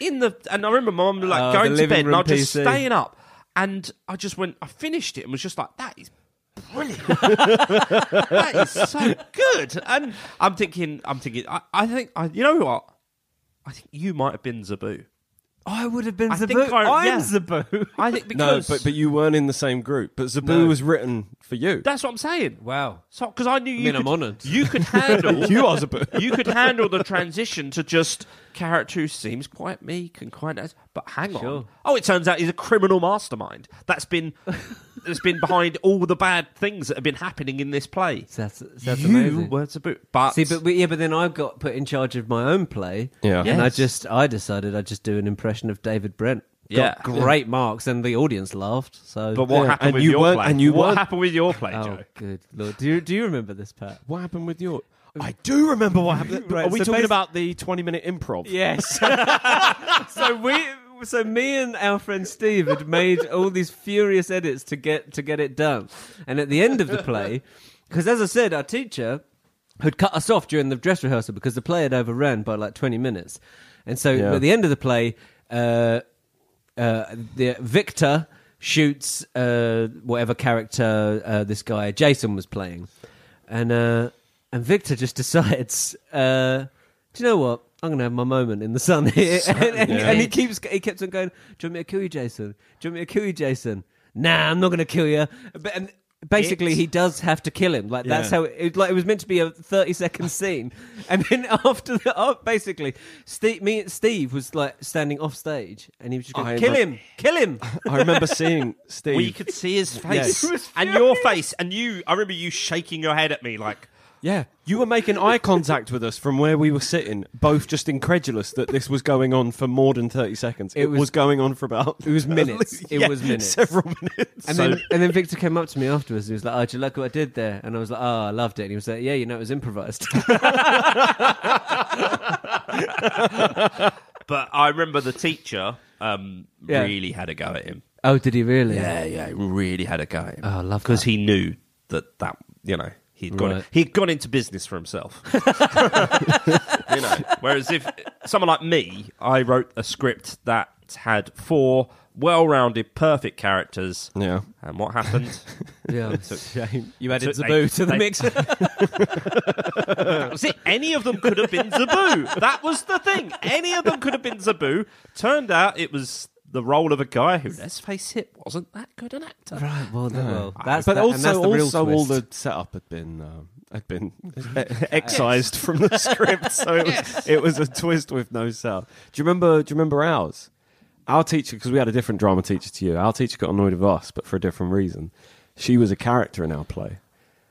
Speaker 1: in the, and I remember my mum like
Speaker 3: Oh,
Speaker 1: going
Speaker 3: the
Speaker 1: to
Speaker 3: living
Speaker 1: bed, and
Speaker 3: room
Speaker 1: I was just
Speaker 3: PC.
Speaker 1: staying up, and I just went, I finished it, and was just like, that is brilliant. that is so good. And I'm thinking, I'm thinking, I, I think, I, you know what? I think you might have been Zaboo.
Speaker 3: I would have been
Speaker 1: I think
Speaker 3: Zaboo.
Speaker 1: I-
Speaker 3: I'm
Speaker 1: yeah.
Speaker 3: Zaboo.
Speaker 1: I think
Speaker 2: No,
Speaker 1: because
Speaker 2: but, but you weren't in the same group. But Zaboo was written for you.
Speaker 1: that's what I'm saying.
Speaker 3: Wow.
Speaker 1: So because I knew you,
Speaker 3: mean,
Speaker 1: could,
Speaker 3: I'm honoured.
Speaker 1: You could handle
Speaker 2: you are Zaboo.
Speaker 1: you could handle the transition to just character who seems quite meek and quite nice. But hang on.
Speaker 3: Sure.
Speaker 1: Oh, it turns out he's a criminal mastermind. That's been that's been behind all the bad things that have been happening in this play.
Speaker 3: That's that's
Speaker 1: you
Speaker 3: amazing.
Speaker 1: were Zaboo, but
Speaker 3: See, but we, yeah, but then I got put in charge of my own play.
Speaker 2: Yeah.
Speaker 3: And I
Speaker 1: Yes.
Speaker 3: just, I decided I'd just do an impression of David Brent.
Speaker 1: Yeah.
Speaker 3: Got great marks, and the audience laughed. So.
Speaker 1: But what
Speaker 2: Yeah,
Speaker 1: happened
Speaker 2: and
Speaker 1: with
Speaker 2: you
Speaker 1: your
Speaker 2: weren't-
Speaker 1: play?
Speaker 2: and you
Speaker 1: what
Speaker 2: weren't-
Speaker 1: happened with your play,
Speaker 3: Oh,
Speaker 1: Joe?
Speaker 3: good lord! Do you do you remember this, Pat?
Speaker 2: What happened with your? I do remember what happened.
Speaker 3: Right,
Speaker 2: Are we
Speaker 3: so
Speaker 2: talking
Speaker 3: basi-
Speaker 2: about the twenty-minute improv?
Speaker 3: Yes. so we, so me and our friend Steve had made all these furious edits to get to get it done, and at the end of the play, because as I said, our teacher had cut us off during the dress rehearsal because the play had overrun by like twenty minutes, and so
Speaker 2: Yeah.
Speaker 3: at the end of the play, uh, uh, the Victor shoots uh, whatever character uh, this guy Jason was playing, and uh, and Victor just decides, uh, do you know what? I'm gonna have my moment in the sun here, and, and- and he keeps he kept on going. Do you want me to kill you, Jason? Do you want me to kill you, Jason? Nah, I'm not gonna kill you. But and basically, he does have to kill him. Like that's
Speaker 2: Yeah.
Speaker 3: how it, it- like it was meant to be a 30 second scene, and then after the oh, basically, Steve, me Steve was like standing off stage, and he was just going,
Speaker 2: I
Speaker 3: "Kill
Speaker 2: re-
Speaker 3: him, kill him."
Speaker 2: I remember seeing Steve.
Speaker 1: We could see his face
Speaker 2: He
Speaker 1: and your face, and you. I remember you shaking your head at me like,
Speaker 2: Yeah, you were making eye contact with us from where we were sitting, both just incredulous that this was going on for more than 30 seconds. It,
Speaker 3: It
Speaker 2: was,
Speaker 3: was-
Speaker 2: going on for about.
Speaker 3: it was
Speaker 2: at
Speaker 3: minutes. It was minutes.
Speaker 2: Several minutes.
Speaker 3: And then and then Victor came up to me afterwards and he was like, Oh, do you like what I did there? And I was like, Oh, I loved it. And he was like, Yeah, you know, it was improvised.
Speaker 1: But I remember the teacher um,
Speaker 3: Yeah.
Speaker 1: really had a go at him.
Speaker 3: oh, did he really?
Speaker 1: Yeah, yeah, really had a go at him.
Speaker 3: Oh, I love
Speaker 1: because
Speaker 3: that.
Speaker 1: he knew that that you know he'd gone
Speaker 3: Right.
Speaker 1: he'd gone into business for himself. you know, whereas if someone like me, I wrote a script that had four well-rounded, perfect characters.
Speaker 2: Yeah.
Speaker 1: And what happened?
Speaker 3: Yeah.
Speaker 1: you
Speaker 3: added Zaboo to the mix.
Speaker 1: That was it. Any of them could have been Zaboo. That was the thing. Any of them could have been Zaboo. Turned out it was the role of a guy who, let's face it, wasn't that good an actor.
Speaker 3: right, well, no. well
Speaker 2: but
Speaker 3: that's that, and
Speaker 2: also,
Speaker 3: that's the real
Speaker 2: also all
Speaker 3: twist.
Speaker 2: the setup had been. Um, had been e-, excised from the script, so it was, it was a twist with no sound. Do you remember? Do you remember ours? Our teacher, because we had a different drama teacher to you, our teacher got annoyed with us, but for a different reason. She was a character in our play.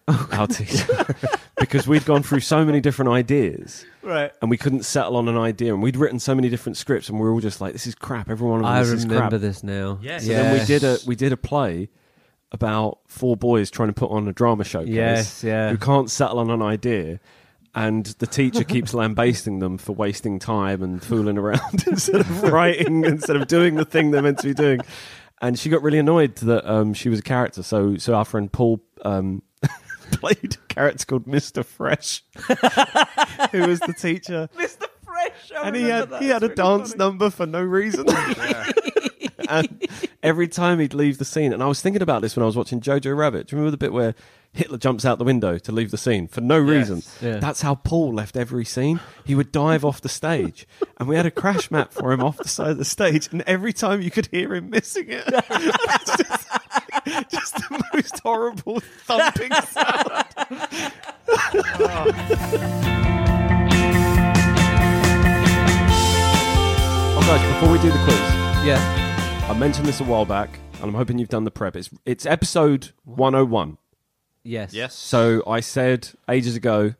Speaker 2: Our teacher, because we'd gone through so many different ideas,
Speaker 5: Right.
Speaker 2: and we couldn't settle on an idea, and we'd written so many different scripts, and we were all just like, "This is crap." Everyone,
Speaker 3: I
Speaker 2: this is crap.
Speaker 3: remember this now.
Speaker 1: Yes.
Speaker 2: So then we did a we did a play about four boys trying to put on a drama showcase.
Speaker 3: Yes, yeah.
Speaker 2: Who can't settle on an idea, and the teacher keeps lambasting them for wasting time and fooling around instead of writing, instead of doing the thing they're meant to be doing. And she got really annoyed that um, she was a character. So so our friend Paul. Um, played a character called Mr. Fresh, who was the teacher
Speaker 3: Mr. Fresh.
Speaker 2: and he had he had a dance number for no reason. and every time he'd leave the scene, and I was thinking about this when I was watching Jojo Rabbit. Do you remember the bit where Hitler jumps out the window to leave the scene for no reason?
Speaker 3: Yeah.
Speaker 2: That's how Paul left every scene. He would dive off the stage, and we had a crash mat for him off the side of the stage, and every time you could hear him missing it. It's just, just the most horrible thumping sound. Oh, guys, before we do the quiz.
Speaker 3: Yeah.
Speaker 2: I mentioned this a while back, and I'm hoping you've done the prep. It's it's episode 101.
Speaker 3: Yes.
Speaker 1: Yes.
Speaker 2: So I said ages ago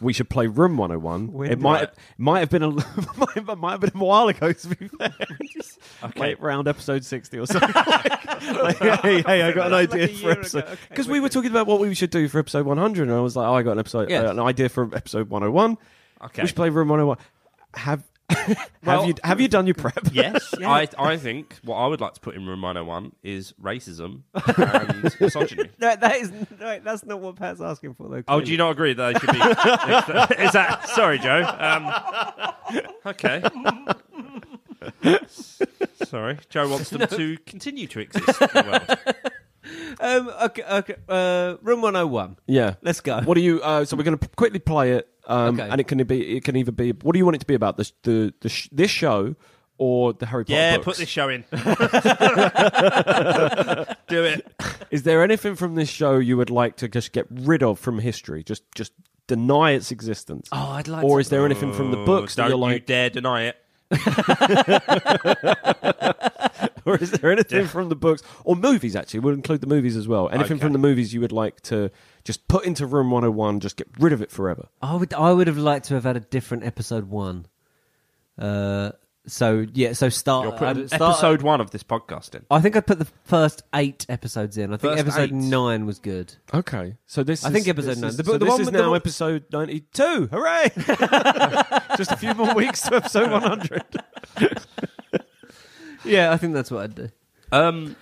Speaker 2: we should play Room 101. it might have, might have been a might, have- might have been a while ago to be fair. okay. Wait round episode 60 or something. Like, hey, hey, I got an idea for episode because we were talking about what we should do for episode 100, and I was like, oh, I got an episode,
Speaker 3: Yes.
Speaker 2: uh, an idea for episode 101.
Speaker 1: Okay.
Speaker 2: we should play Room 101. Have have
Speaker 1: Well-
Speaker 2: you have you done your prep?
Speaker 1: Yes, I, I think what I would like to put in room 101 is racism and misogyny.
Speaker 3: No, that is no, that's not what Pat's asking for though.
Speaker 1: Oh, do you not agree that they should be? is that sorry, Joe? Um, okay. Sorry, Joe wants them to continue to exist. in the world.
Speaker 3: Um, okay, okay. Uh, room one hundred one.
Speaker 2: Yeah.
Speaker 3: Let's go.
Speaker 2: What do you? Uh, so we're going to quickly play it, um,
Speaker 3: Okay.
Speaker 2: and it can be. It can either be. What do you want it to be about? The the, the sh- this show or the Harry Potter?
Speaker 1: Yeah,
Speaker 2: books?
Speaker 1: put this show in. do it.
Speaker 2: Is there anything from this show you would like to just get rid of from history? Just just deny its existence.
Speaker 3: Oh, I'd like.
Speaker 2: or
Speaker 3: to-
Speaker 2: is there anything from the books that
Speaker 1: Oh, Don't
Speaker 2: you're
Speaker 1: you
Speaker 2: like?
Speaker 1: dare deny it.
Speaker 2: or is there anything from the books or movies? Actually, we'll include the movies as well. Anything
Speaker 1: Okay.
Speaker 2: from the movies you would like to just put into Room One Hundred One? Just get rid of it forever.
Speaker 3: I would I would have liked to have had a different episode one. Uh, so yeah, so start.
Speaker 1: You're putting
Speaker 3: I'd start-
Speaker 1: Um, episode one of this podcast in.
Speaker 3: I think I put the first eight episodes in. I think
Speaker 1: First
Speaker 3: episode
Speaker 1: eight.
Speaker 3: nine was good.
Speaker 2: Okay, so this
Speaker 3: I
Speaker 2: is-
Speaker 3: think episode
Speaker 2: this
Speaker 3: nine.
Speaker 2: Is,
Speaker 3: The-
Speaker 2: so
Speaker 3: the
Speaker 2: this
Speaker 3: one
Speaker 2: is
Speaker 3: with the
Speaker 2: now
Speaker 3: one-
Speaker 2: episode ninety-two. Hooray! Just a few more weeks to episode one hundred.
Speaker 3: Yeah, I think that's what I'd do.
Speaker 1: Um,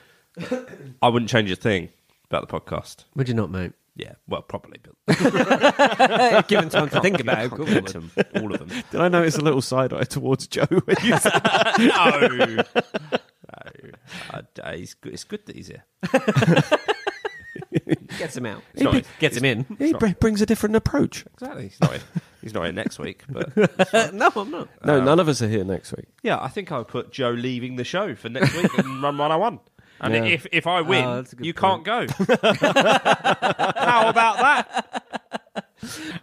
Speaker 1: I wouldn't change a thing about the podcast.
Speaker 3: Would you not, mate?
Speaker 1: Yeah, well, probably, but
Speaker 3: Given time to think about it, of course I would.
Speaker 1: all of them.
Speaker 2: Did I notice a little side eye towards Joe? When you said
Speaker 1: no. no. Uh, uh, he's good. It's good that he's here.
Speaker 3: Gets him out.
Speaker 1: It's not his-
Speaker 3: Gets him in.
Speaker 2: he br- brings a different approach.
Speaker 1: Exactly. He's not, here. he's not here next week. But
Speaker 3: Uh, no, I'm not.
Speaker 2: No, none of us are here next week.
Speaker 1: yeah, I think I would put Joe leaving the show for next week and run 101. And
Speaker 2: Yeah.
Speaker 1: if, if I win,
Speaker 3: Oh, that's a good
Speaker 1: you
Speaker 3: point.
Speaker 1: can't go. How about that?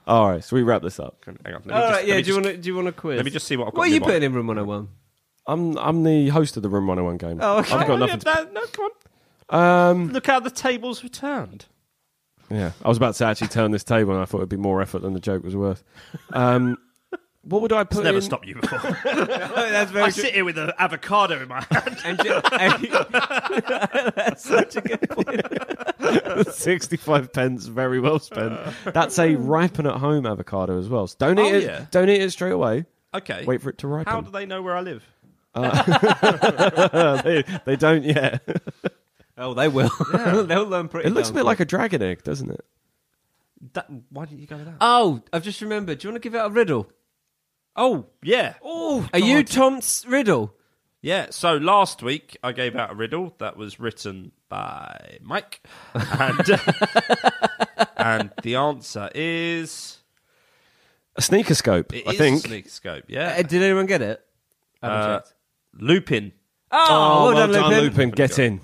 Speaker 2: All right, so we wrap this up.
Speaker 1: Hang on. Let me
Speaker 3: All
Speaker 1: just,
Speaker 3: right,
Speaker 1: let
Speaker 3: yeah.
Speaker 1: me
Speaker 3: Do you
Speaker 1: just-
Speaker 3: want to do you want to quiz?
Speaker 1: Let me just see what I've got.
Speaker 3: What are you
Speaker 1: nearby.
Speaker 3: putting in room 101?
Speaker 2: I'm I'm the host of the Room One Hundred One game.
Speaker 3: Oh, okay.
Speaker 2: I've got
Speaker 1: Oh,
Speaker 2: nothing.
Speaker 1: yeah, no, no, come
Speaker 2: To, um,
Speaker 1: on. Look how the tables have turned.
Speaker 2: yeah, I was about to actually turn this table, and I thought it'd be more effort than the joke was worth. Um, what would I put?
Speaker 5: It's never
Speaker 2: in-
Speaker 5: stopped you before.
Speaker 3: Oh, that's
Speaker 5: I
Speaker 3: very
Speaker 5: sit here with an avocado in my hand.
Speaker 3: And ju- and- that's such a good point.
Speaker 2: 65 pence very well spent. That's a ripen at home avocado as well. So don't eat
Speaker 1: Oh,
Speaker 2: it.
Speaker 1: yeah.
Speaker 2: Don't eat it straight away.
Speaker 1: Okay.
Speaker 2: Wait for it to ripen.
Speaker 1: How do they know where I live?
Speaker 2: they, they don't yet.
Speaker 3: Oh, they will. They'll learn pretty.
Speaker 2: It looks a
Speaker 3: darn
Speaker 2: bit
Speaker 3: quick.
Speaker 2: like a dragon egg, doesn't it?
Speaker 1: That, why didn't you go with that?
Speaker 3: Oh, I've just remembered. Do you want to give out a riddle?
Speaker 1: Oh, yeah.
Speaker 3: Oh, are you Tom's riddle?
Speaker 1: Yeah, so last week I gave out a riddle that was written by Mike. And, and the answer is.
Speaker 2: A sneaker scope,
Speaker 1: it
Speaker 2: I
Speaker 1: is
Speaker 2: think.
Speaker 1: Sneak Scope,
Speaker 3: Uh,
Speaker 1: yeah.
Speaker 3: did anyone get it?
Speaker 1: Uh, Lupin.
Speaker 3: Oh,
Speaker 2: Oh,
Speaker 3: well, done, Lupin.
Speaker 2: Lupin. Get in.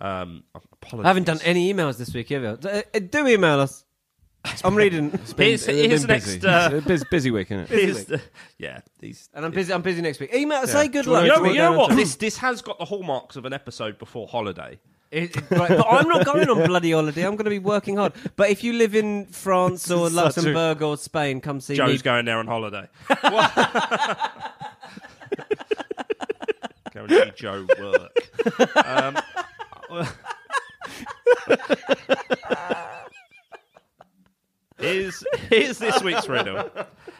Speaker 1: Um, apologies.
Speaker 3: I haven't done any emails this week either. Uh, uh, do email us.
Speaker 2: I'm reading. It's been,
Speaker 1: Here's- here's the
Speaker 2: busy.
Speaker 1: next, uh,
Speaker 2: It's a bus- busy week, isn't it?
Speaker 1: Here's the- yeah, these.
Speaker 3: And I'm busy. I'm busy next week. Email. Say good
Speaker 2: Do you
Speaker 3: luck.
Speaker 2: wanna-
Speaker 1: You
Speaker 2: Right,
Speaker 1: know,
Speaker 2: do
Speaker 1: you
Speaker 2: it
Speaker 1: know
Speaker 2: down
Speaker 1: what?
Speaker 2: to-
Speaker 1: This this has got the hallmarks of an episode before holiday.
Speaker 3: It- it- right, but I'm not going on bloody holiday. I'm going to be working hard. But if you live in France or Luxembourg or Spain, come see me.
Speaker 1: Joe's going there on holiday. Go and see Joe work. Um, here's, here's this week's riddle.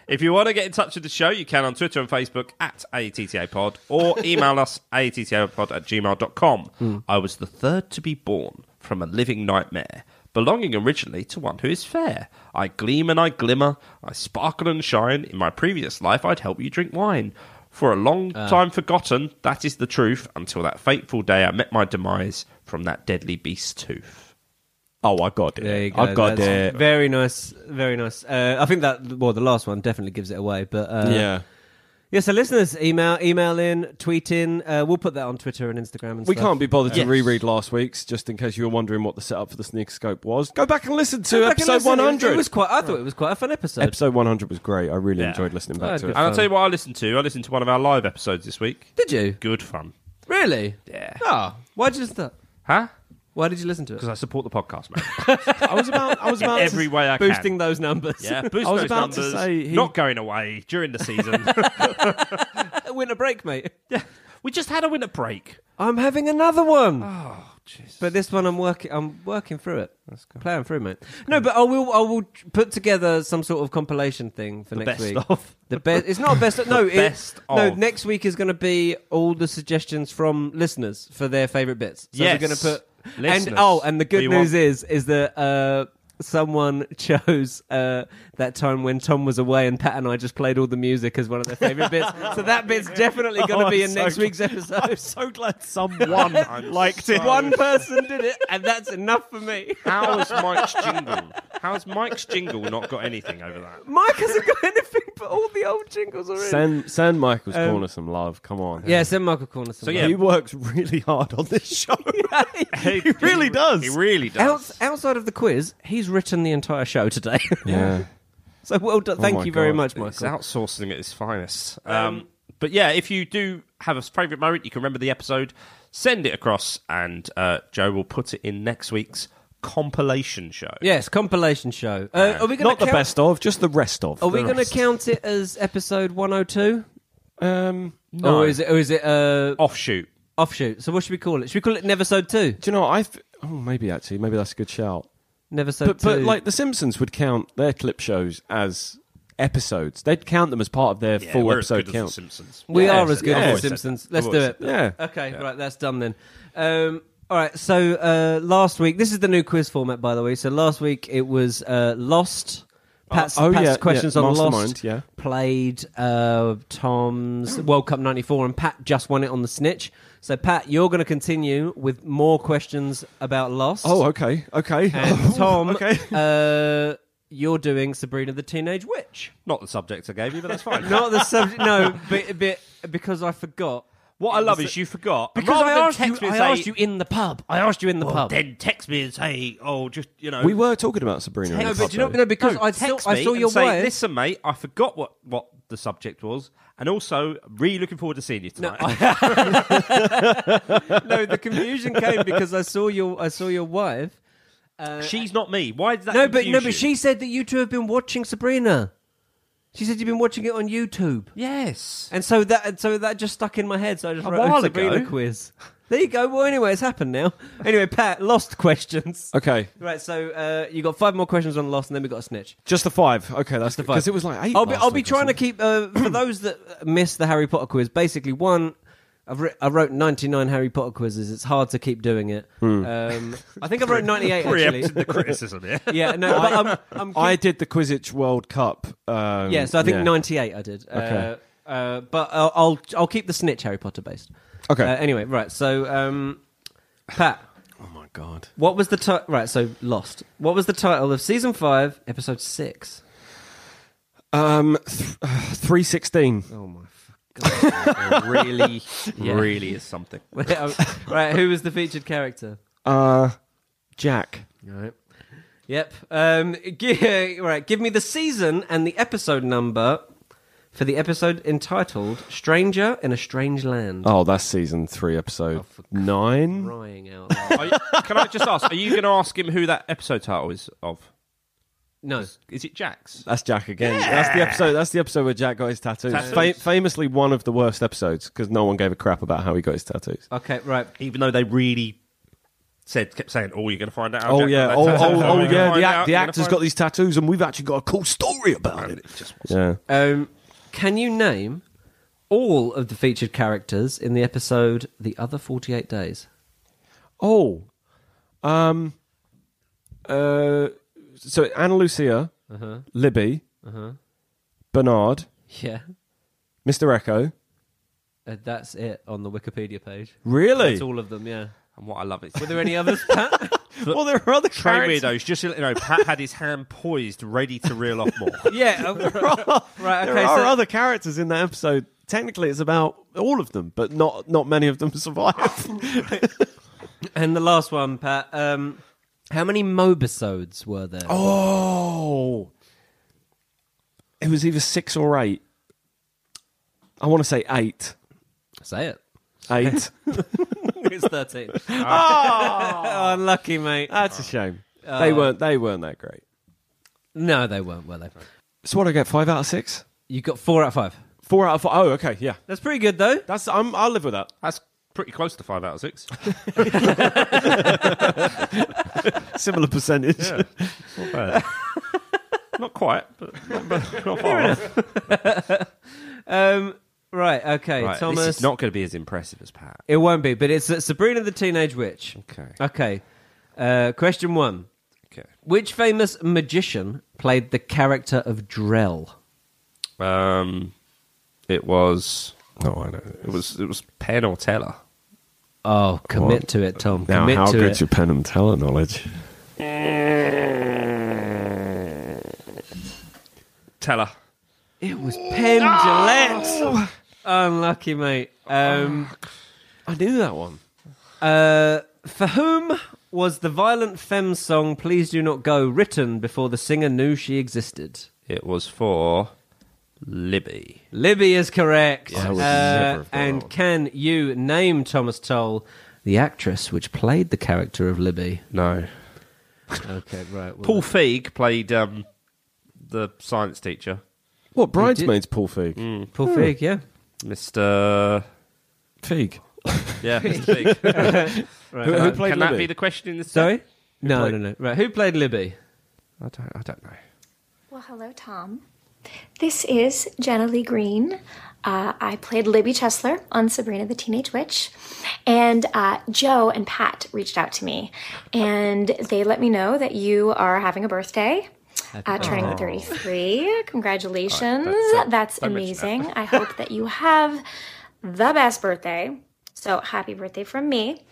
Speaker 1: If you want to get in touch with the show, you can on Twitter and Facebook at ATTA Pod or email us ATTAPod at gmail.com. I was the third to be born from a living nightmare, belonging originally to one who is fair. I gleam and I glimmer, I sparkle and shine. In my previous life, I'd help you drink wine. For a long time forgotten, that is the truth, until that fateful day I met my demise from that deadly beast tooth.
Speaker 2: Oh, I got it.
Speaker 3: There you go.
Speaker 2: I got
Speaker 3: That's
Speaker 2: it.
Speaker 3: Very nice. Very nice. Uh, I think that well, the last one definitely gives it away. But uh,
Speaker 2: yeah.
Speaker 3: yeah. So listeners, email, email in, tweet in. Uh, we'll put that on Twitter and Instagram. And
Speaker 2: We
Speaker 3: stuff.
Speaker 2: can't be bothered to
Speaker 1: Yes.
Speaker 2: reread last week's, just in case you were wondering what the setup for the sneak scope was. Go back and listen to
Speaker 3: Go back and
Speaker 2: episode
Speaker 3: listen. It was-
Speaker 2: 100.
Speaker 3: It was quite. I thought it was quite a fun episode.
Speaker 2: episode 100 was great. I really
Speaker 1: Yeah.
Speaker 2: enjoyed listening
Speaker 3: Oh,
Speaker 2: back to
Speaker 3: good.
Speaker 2: it.
Speaker 1: And I'll
Speaker 3: Fun.
Speaker 1: tell you what I listened to. I listened to one of our live episodes this week.
Speaker 3: Did you
Speaker 1: Good fun.
Speaker 3: really?
Speaker 1: Yeah.
Speaker 3: Ah, why did you listen to that?
Speaker 1: Huh?
Speaker 3: Why did you listen to it?
Speaker 1: Because I support the podcast, man.
Speaker 2: I was about. I was about.
Speaker 1: Every
Speaker 2: to,
Speaker 1: way I can.
Speaker 3: boosting those numbers.
Speaker 1: Yeah, boost
Speaker 2: I was
Speaker 1: those
Speaker 2: about to
Speaker 1: numbers.
Speaker 2: say he-
Speaker 1: Not going away during the season.
Speaker 3: Winter uh, break, mate.
Speaker 1: we just had a winter break.
Speaker 3: I'm having another one. Oh, jeez. But this one, I'm working. I'm working through it. That's good. Playing through, mate. No, but I will. I will put together some sort of compilation thing for next
Speaker 1: best
Speaker 3: week.
Speaker 1: of.
Speaker 3: The best. It's not a best. Of, no, it-
Speaker 1: best
Speaker 3: No,
Speaker 1: of.
Speaker 3: next week is going to be all the suggestions from listeners for their favorite bits. So
Speaker 1: Yes.
Speaker 3: we're going to put.
Speaker 1: Listeners.
Speaker 3: And oh, and the
Speaker 1: We
Speaker 3: good news
Speaker 1: want-
Speaker 3: is, is that. Uh, Someone chose uh, that time when Tom was away and Pat and I just played all the music as one of their favourite bits. So that bit's definitely going to
Speaker 4: Oh,
Speaker 3: be
Speaker 4: I'm
Speaker 3: in
Speaker 4: so
Speaker 3: next week's episode.
Speaker 4: so glad someone liked it.
Speaker 3: One person did it, and that's enough for me.
Speaker 1: How has Mike's jingle? How has Mike's jingle not got anything over that?
Speaker 3: Mike hasn't got anything but all the old jingles already.
Speaker 2: Send Send Michael's corner some love. Come on.
Speaker 3: Um, yeah, send Michael Corner
Speaker 1: So,
Speaker 3: some. love.
Speaker 1: yeah.
Speaker 2: He works really hard on this show.
Speaker 1: He,
Speaker 4: really does.
Speaker 1: He really does.
Speaker 3: Outs- outside of the quiz, he's written the entire show today.
Speaker 2: yeah.
Speaker 3: so well done. Thank
Speaker 2: my
Speaker 3: you very
Speaker 2: God.
Speaker 3: much,
Speaker 1: It's
Speaker 3: Michael.
Speaker 1: outsourcing at its finest. Um, but yeah, if you do have a favourite moment, you can remember the episode, send it across, and uh, Joe will put it in next week's compilation show.
Speaker 3: yes, compilation show. Uh, are we going
Speaker 2: Not
Speaker 3: to
Speaker 2: the
Speaker 3: count?
Speaker 2: best of, just the rest of.
Speaker 3: Are we going to count it as episode 102?
Speaker 2: Um,
Speaker 1: No.
Speaker 3: Or is it? Or is it? Uh,
Speaker 1: Offshoot.
Speaker 3: offshoot. So what should we call it? Should we call it Neversode Two?
Speaker 2: do you know? I. Oh, maybe actually, maybe that's a good shout.
Speaker 3: Neversode
Speaker 2: But
Speaker 3: Two.
Speaker 2: but like the Simpsons would count their clip shows as episodes. They'd count them as part of their
Speaker 1: Yeah,
Speaker 2: full
Speaker 1: we're as
Speaker 2: episode
Speaker 1: good as
Speaker 2: count.
Speaker 1: the Simpsons.
Speaker 3: We
Speaker 2: Yes,
Speaker 3: are as good
Speaker 2: yes.
Speaker 3: as
Speaker 2: Always
Speaker 3: The
Speaker 2: said
Speaker 3: Simpsons.
Speaker 1: that.
Speaker 3: Let's do
Speaker 1: Always
Speaker 3: it.
Speaker 1: said
Speaker 2: yeah.
Speaker 3: Okay, right, that's done then. Um, all right, so uh, last week, this is the new quiz format, by the way. So last week it was uh, Lost. Pat's,
Speaker 2: Oh,
Speaker 3: Pat's
Speaker 2: yeah,
Speaker 3: questions
Speaker 2: yeah,
Speaker 3: on Lost
Speaker 2: Mastermind, yeah. Oh.
Speaker 3: played uh, Tom's World Cup 94, and Pat just won it on the snitch. So, Pat, you're going to continue with more questions about Lost.
Speaker 2: Oh, okay, okay. Oh,
Speaker 3: and Tom,
Speaker 2: okay.
Speaker 3: uh, you're doing Sabrina the Teenage Witch.
Speaker 1: Not the subject I gave you, but that's fine.
Speaker 3: Not the subject, no, but, but because I forgot.
Speaker 1: What I love is you forgot. And
Speaker 3: Because
Speaker 1: rather
Speaker 3: I
Speaker 1: than
Speaker 3: asked, you,
Speaker 1: text me and
Speaker 3: I
Speaker 1: say,
Speaker 3: asked you in the pub. I asked you in the
Speaker 1: "Well,
Speaker 3: pub.
Speaker 1: Then text me and say, oh, just, you know.
Speaker 2: we were talking about Sabrina. in
Speaker 3: No,
Speaker 2: the
Speaker 3: but
Speaker 2: pub,
Speaker 3: do you know,
Speaker 2: though.
Speaker 3: no, because I, saw,
Speaker 1: text
Speaker 3: I
Speaker 1: me
Speaker 3: saw
Speaker 1: and
Speaker 3: your
Speaker 1: say,
Speaker 3: wife.
Speaker 1: listen, mate, I forgot what, what the subject was. And also, really looking forward to seeing you tonight.
Speaker 3: no, the confusion came because I saw your I saw your wife.
Speaker 1: She's not me. Why did that
Speaker 3: uh, No, but no,
Speaker 1: confuse
Speaker 3: but
Speaker 1: you?
Speaker 3: she said that you two have been watching Sabrina. She said you've been watching it on YouTube,
Speaker 1: Yes.
Speaker 3: and so that and so that just stuck in my head. So I just
Speaker 1: A
Speaker 3: wrote
Speaker 1: while
Speaker 3: Sabrina
Speaker 1: ago.
Speaker 3: quiz. There you go. Well, anyway, it's happened now. Anyway, Pat, lost questions.
Speaker 2: Okay,
Speaker 3: Right, so uh, you got five more questions on lost, and then we got a snitch.
Speaker 2: just the five. Okay, that's
Speaker 3: the five.
Speaker 2: because it was like eight.
Speaker 3: I'll be,
Speaker 2: last
Speaker 3: I'll be
Speaker 2: week or
Speaker 3: trying to
Speaker 2: something.
Speaker 3: keep uh, for those that miss the Harry Potter quiz. Basically, one, I've writ I wrote ninety nine Harry Potter quizzes. It's hard to keep doing it.
Speaker 2: Hmm.
Speaker 3: Um, I think I wrote ninety eight actually.
Speaker 1: Preempted the criticism here.
Speaker 3: Yeah, no, but I'm, I'm
Speaker 2: I did the Quidditch World Cup. Um,
Speaker 3: yeah. So I think
Speaker 2: yeah.
Speaker 3: ninety eight I did.
Speaker 2: Okay.
Speaker 3: Uh, uh, but I'll, I'll I'll keep the snitch Harry Potter based.
Speaker 2: Okay.
Speaker 3: Uh, anyway, right. So, um, Pat,
Speaker 2: oh my god.
Speaker 3: what was the ti- right? So Lost. What was the title of season five, episode six?
Speaker 2: Um, th- uh, three sixteen.
Speaker 3: Oh my. f-
Speaker 1: really, really is something.
Speaker 3: right. Who was the featured character?
Speaker 2: Uh, Jack.
Speaker 3: Right. Yep. Um, gi- right. Give me the season and the episode number for the episode entitled "Stranger in a Strange Land."
Speaker 2: Oh, that's season three,
Speaker 1: Oh,
Speaker 2: episode nine.
Speaker 3: Crying out loud.
Speaker 1: Are you- can I just ask? Are you going to ask him who that episode title is of?
Speaker 3: No.
Speaker 1: Is it Jack's?
Speaker 2: That's Jack again. That's the episode. That's the episode where Jack got his tattoos. Fa- famously, one of the worst episodes because no one gave a crap about how he got his tattoos.
Speaker 1: Oh,
Speaker 3: Okay. Right.
Speaker 1: Even though they really said, kept saying, "Oh, you're going to find out." how
Speaker 2: Oh
Speaker 1: Jack
Speaker 2: yeah.
Speaker 1: got
Speaker 2: Oh,
Speaker 1: that
Speaker 2: oh,
Speaker 1: tattoo.
Speaker 2: oh,
Speaker 1: You're gonna
Speaker 2: yeah.
Speaker 1: find out. You're
Speaker 2: The, act, the
Speaker 1: gonna
Speaker 2: actor's
Speaker 1: find-
Speaker 2: got these tattoos, and we've actually got a cool story about it. Yeah.
Speaker 3: Um, can you name all of the featured characters in the episode "The Other Forty Eight Days"?
Speaker 2: Oh. Um. Uh. So Anna Lucia,
Speaker 1: Uh-huh.
Speaker 2: Libby, Bernard,
Speaker 3: Yeah.
Speaker 2: Mr. Echo.
Speaker 3: Uh, that's it on the Wikipedia page.
Speaker 2: Really?
Speaker 3: That's all of them. Yeah.
Speaker 1: And what I love is
Speaker 3: Were there any others? Pat?
Speaker 2: Well, there are other
Speaker 1: Trade
Speaker 2: characters.
Speaker 1: weirdos. Just to let you know, Pat had his hand poised, ready to reel off more.
Speaker 3: yeah. uh, right. Okay.
Speaker 2: there are
Speaker 3: so-
Speaker 2: other characters in that episode. Technically, it's about all of them, but not not many of them survive.
Speaker 3: And the last one, Pat. Um, how many mobisodes were there?
Speaker 2: oh, it was either six or eight. I want to say eight,
Speaker 3: Say it.
Speaker 2: eight.
Speaker 3: It's thirteen.
Speaker 1: Ah.
Speaker 3: oh, unlucky, mate.
Speaker 2: That's a shame. they weren't. They weren't that great.
Speaker 3: No, they weren't, were they?
Speaker 2: So what do I get? Five out of six.
Speaker 3: You got four out of five.
Speaker 2: Four out of five. Oh, okay, yeah.
Speaker 3: That's pretty good, though.
Speaker 2: That's I'm, I'll live with that.
Speaker 1: That's pretty close to five out of six.
Speaker 2: Similar percentage.
Speaker 1: Not quite, but
Speaker 3: Um, right. Okay,
Speaker 1: Right,
Speaker 3: Thomas.
Speaker 1: This is not going to be as impressive as Pat.
Speaker 3: It won't be, but it's uh, Sabrina the Teenage Witch.
Speaker 1: Okay.
Speaker 3: Okay. Uh, question one:
Speaker 1: Okay.
Speaker 3: Which famous magician played the character of Drell?
Speaker 1: Um, it was. No, I know. It was. It was Penn or Teller.
Speaker 3: Oh, commit to it, Tom. commit to it.
Speaker 2: pen and teller knowledge?
Speaker 1: Teller.
Speaker 3: It was Penn Gillette. Unlucky, mate. Um,
Speaker 2: I knew that one.
Speaker 3: Uh, for whom was the violent femme song "Please Do Not Go" written before the singer knew she existed?
Speaker 1: It was for Libby.
Speaker 3: Libby is correct.
Speaker 2: I
Speaker 3: Uh,
Speaker 2: would never have got that
Speaker 3: and
Speaker 2: one.
Speaker 3: can you name Thomas Toll, the actress which played the character of Libby?
Speaker 1: No.
Speaker 3: Okay, right. well-
Speaker 1: Paul Feig played um, the science teacher,
Speaker 2: What bridesmaids? Paul Feig.
Speaker 3: Paul Feig, yeah.
Speaker 1: Mister.
Speaker 2: Feig.
Speaker 1: Yeah, Mister Feig.
Speaker 2: Who, who played
Speaker 1: Uh, Can
Speaker 2: Libby?
Speaker 1: that be the question in this?
Speaker 3: Sorry. No,
Speaker 1: played-
Speaker 3: no, no. Right, who played Libby?
Speaker 1: I don't. I don't know.
Speaker 8: Well, hello, Tom. This is Jenna Lee Green. Uh, I played Libby Chesler on Sabrina the Teenage Witch. And uh, Joe and Pat reached out to me. And they let me know that you are having a birthday. Uh, turning 33. Congratulations. Oh. That's amazing. I hope that you have the best birthday. So happy birthday from me.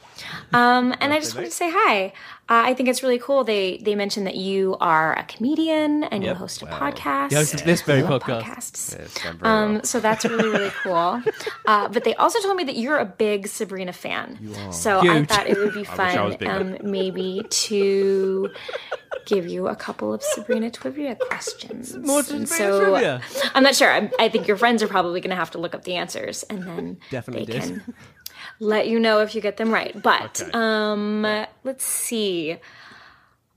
Speaker 8: Um, and I just wanted to say hi. Uh, I think it's really cool. They they mentioned that you are a comedian and you host a podcast.
Speaker 3: Yeah, it's this very
Speaker 8: I love
Speaker 3: podcast.
Speaker 8: podcasts.
Speaker 1: done very
Speaker 8: Um, so that's really really cool. Uh, but they also told me that you're a big Sabrina fan. You are. So I
Speaker 3: Huge.
Speaker 8: thought it would be
Speaker 1: I was
Speaker 8: fun
Speaker 1: bigger.
Speaker 8: um, maybe to give you a couple of Sabrina trivia questions.
Speaker 3: More
Speaker 8: And
Speaker 3: Sabrina trivia.
Speaker 8: I'm not sure. I, I think your friends are probably going to have to look up the answers, and then
Speaker 3: Definitely
Speaker 8: they
Speaker 3: did.
Speaker 8: can let you know if you get them right. But um, let's see.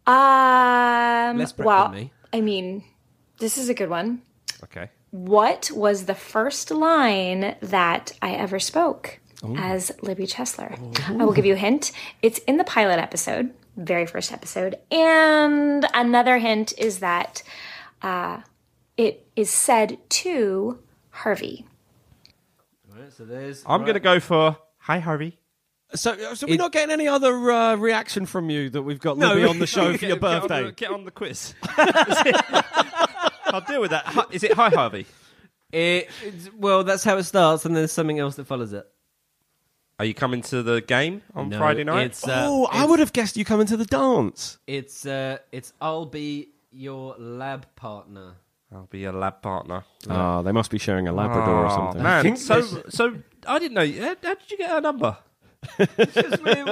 Speaker 8: Um,
Speaker 3: Less prep
Speaker 8: well,
Speaker 3: than me.
Speaker 8: I mean, this is a good one.
Speaker 1: Okay.
Speaker 8: What was the first line that I ever spoke
Speaker 3: Oh.
Speaker 8: as Libby Chesler? I will give you a hint. It's in the pilot episode, very first episode. And another hint is that uh, it is said to Harvey.
Speaker 3: So there's.
Speaker 1: I'm going to go for. Hi, Harvey.
Speaker 2: So, so we're not getting any other uh, reaction from you that we've got Libby on the show for your
Speaker 1: Get on the,
Speaker 2: birthday.
Speaker 1: get on the quiz. I'll deal with that. Hi- Is it hi, Harvey?
Speaker 3: It, it's- well, that's how it starts, and there's something else that follows it.
Speaker 1: Are you coming to the game on
Speaker 3: No,
Speaker 1: Friday night?
Speaker 3: It's, uh,
Speaker 2: Oh, I would have guessed you coming to the dance.
Speaker 3: It's uh, it's I'll be your lab partner.
Speaker 1: I'll be a lab partner.
Speaker 2: Ah, they
Speaker 3: Ah,
Speaker 2: must be sharing a Labrador or
Speaker 1: Oh,
Speaker 2: something.
Speaker 1: Man, so so I didn't know. How, how did you get her number?
Speaker 3: we're,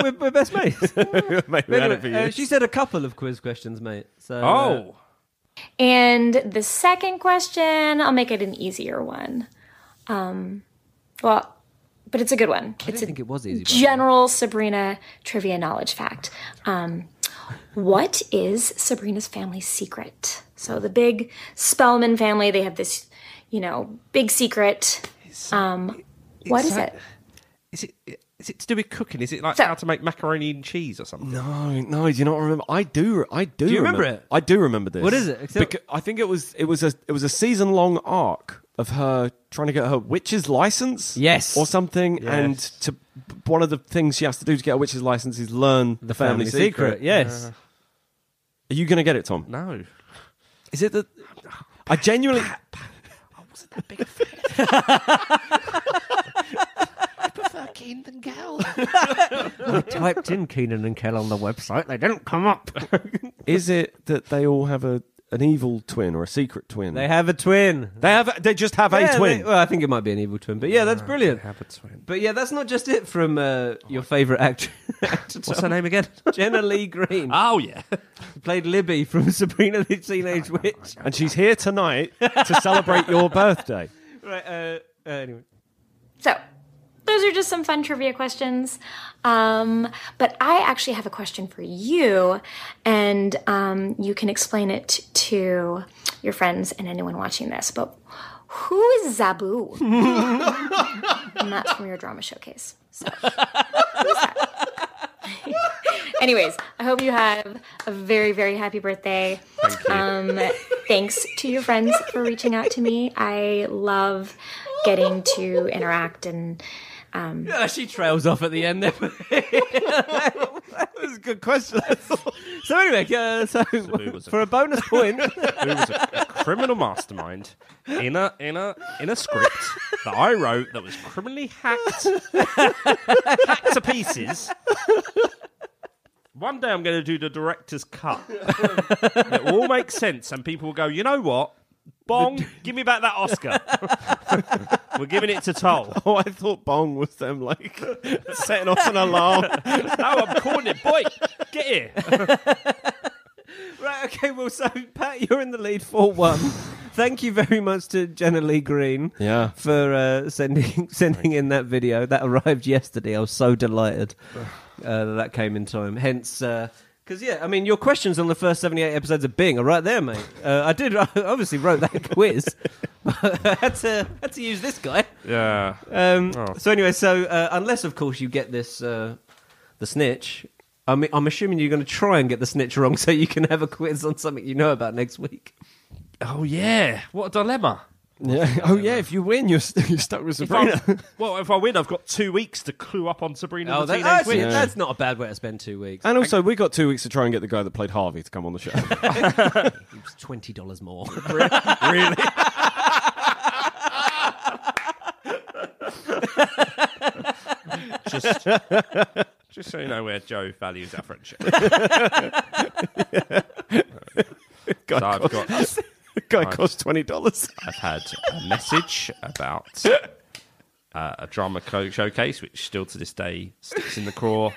Speaker 3: we're, we're best mates.
Speaker 2: Maybe that'll be
Speaker 3: Uh,
Speaker 2: it.
Speaker 3: she said a couple of quiz questions, mate. So, uh,
Speaker 1: Oh,
Speaker 8: And the second question, I'll make it an easier one. Um, well, but it's a good one.
Speaker 3: I
Speaker 8: It's
Speaker 3: didn't
Speaker 8: a
Speaker 3: think it was easy. by the way.
Speaker 8: general Sabrina trivia knowledge fact. Um, what is Sabrina's family's secret? So the big Spellman family, they have this, you know, big secret. Um, what is it?
Speaker 1: is it is it to do with cooking? Is it like
Speaker 8: So-
Speaker 1: how to make macaroni and cheese or something?
Speaker 2: No, no, do you not remember? I do. I do.
Speaker 3: you remember it?
Speaker 2: I do remember this.
Speaker 3: What is it? Except-
Speaker 2: Beca- I think it was. It was a. It was a season long arc of her trying to get her witch's license.
Speaker 3: Yes.
Speaker 2: or something. And to one of the things she has to do to get a witch's license is learn the, family, secret.
Speaker 3: Yes.
Speaker 2: Are you going to get it, Tom?
Speaker 1: No.
Speaker 2: Is it that? I genuinely.
Speaker 3: Typed in Keenan and Kel on the website. They don't come up.
Speaker 2: is it that they all have a an evil twin or a secret twin?
Speaker 3: They have a twin.
Speaker 2: They have. They just have
Speaker 3: Yeah,
Speaker 2: a
Speaker 3: they-
Speaker 2: twin.
Speaker 3: well, I think it might be an evil twin, but yeah, that's brilliant.
Speaker 1: Have a twin.
Speaker 3: But yeah, that's not just it from uh, your favourite actress,
Speaker 1: What's her name again?
Speaker 3: Jenna Lee Green,
Speaker 1: oh yeah.
Speaker 3: who played Libby from Sabrina the
Speaker 1: Oh
Speaker 3: Teenage Witch.
Speaker 2: and she's here tonight to celebrate your birthday.
Speaker 3: Right. Uh, uh, anyway.
Speaker 8: So those are just some fun trivia questions. Um, but I actually have a question for you, and um, you can explain it to your friends and anyone watching this. But who is Zabu? and that's from your drama showcase. So, who's that? Anyways, I hope you have a very, very happy birthday. Um, thanks to your friends for reaching out to me. I love getting to interact and
Speaker 3: Uh, she trails off at the end there. that was a good question. so anyway, uh, so
Speaker 1: was a-
Speaker 3: for a bonus point,
Speaker 1: who was a, a criminal mastermind in a in a in a script that I wrote that was criminally hacked hacked to pieces. One day I'm going to do the director's cut. it will all make sense, and people will go, "You know what? Bong, give me back that Oscar. We're giving it to Toll."
Speaker 2: Oh, I thought bong was them like setting off an alarm.
Speaker 1: No, Oh, I'm calling it, boy. Get here.
Speaker 3: right? Okay, well, so Pat, you're in the lead for one. Thank you very much to Jenna Lee Green.
Speaker 2: Yeah.
Speaker 3: for uh, sending sending in that video that arrived yesterday. I was so delighted uh, that that came in time. Hence, because yeah, I mean, your questions on the first seventy eight episodes of Bing are right there, mate. Uh, I did I obviously wrote that quiz, but I had to had to use this guy.
Speaker 1: Yeah.
Speaker 3: Um, So anyway, so uh, unless of course you get this uh, the snitch. I mean, I'm assuming you're going to try and get the snitch wrong so you can have a quiz on something you know about next week.
Speaker 1: Oh yeah. What a dilemma.
Speaker 2: Yeah. Oh yeah. If you win, you're, st- you're stuck with
Speaker 1: If I-
Speaker 2: Sabrina.
Speaker 1: well, if I win, I've got two weeks to clue up on Sabrina the Teenage
Speaker 3: that's,
Speaker 1: Witch.
Speaker 3: Oh, that's not a bad way to spend two weeks.
Speaker 2: and also, we got two weeks to try and get the guy that played Harvey to come on the show.
Speaker 3: It was twenty dollars more.
Speaker 1: really? just, just so you know where Joe values our friendship. So I've got,
Speaker 2: the guy cost twenty dollars.
Speaker 1: I've had a message about uh, a drama co- showcase, which still to this day sticks in the craw,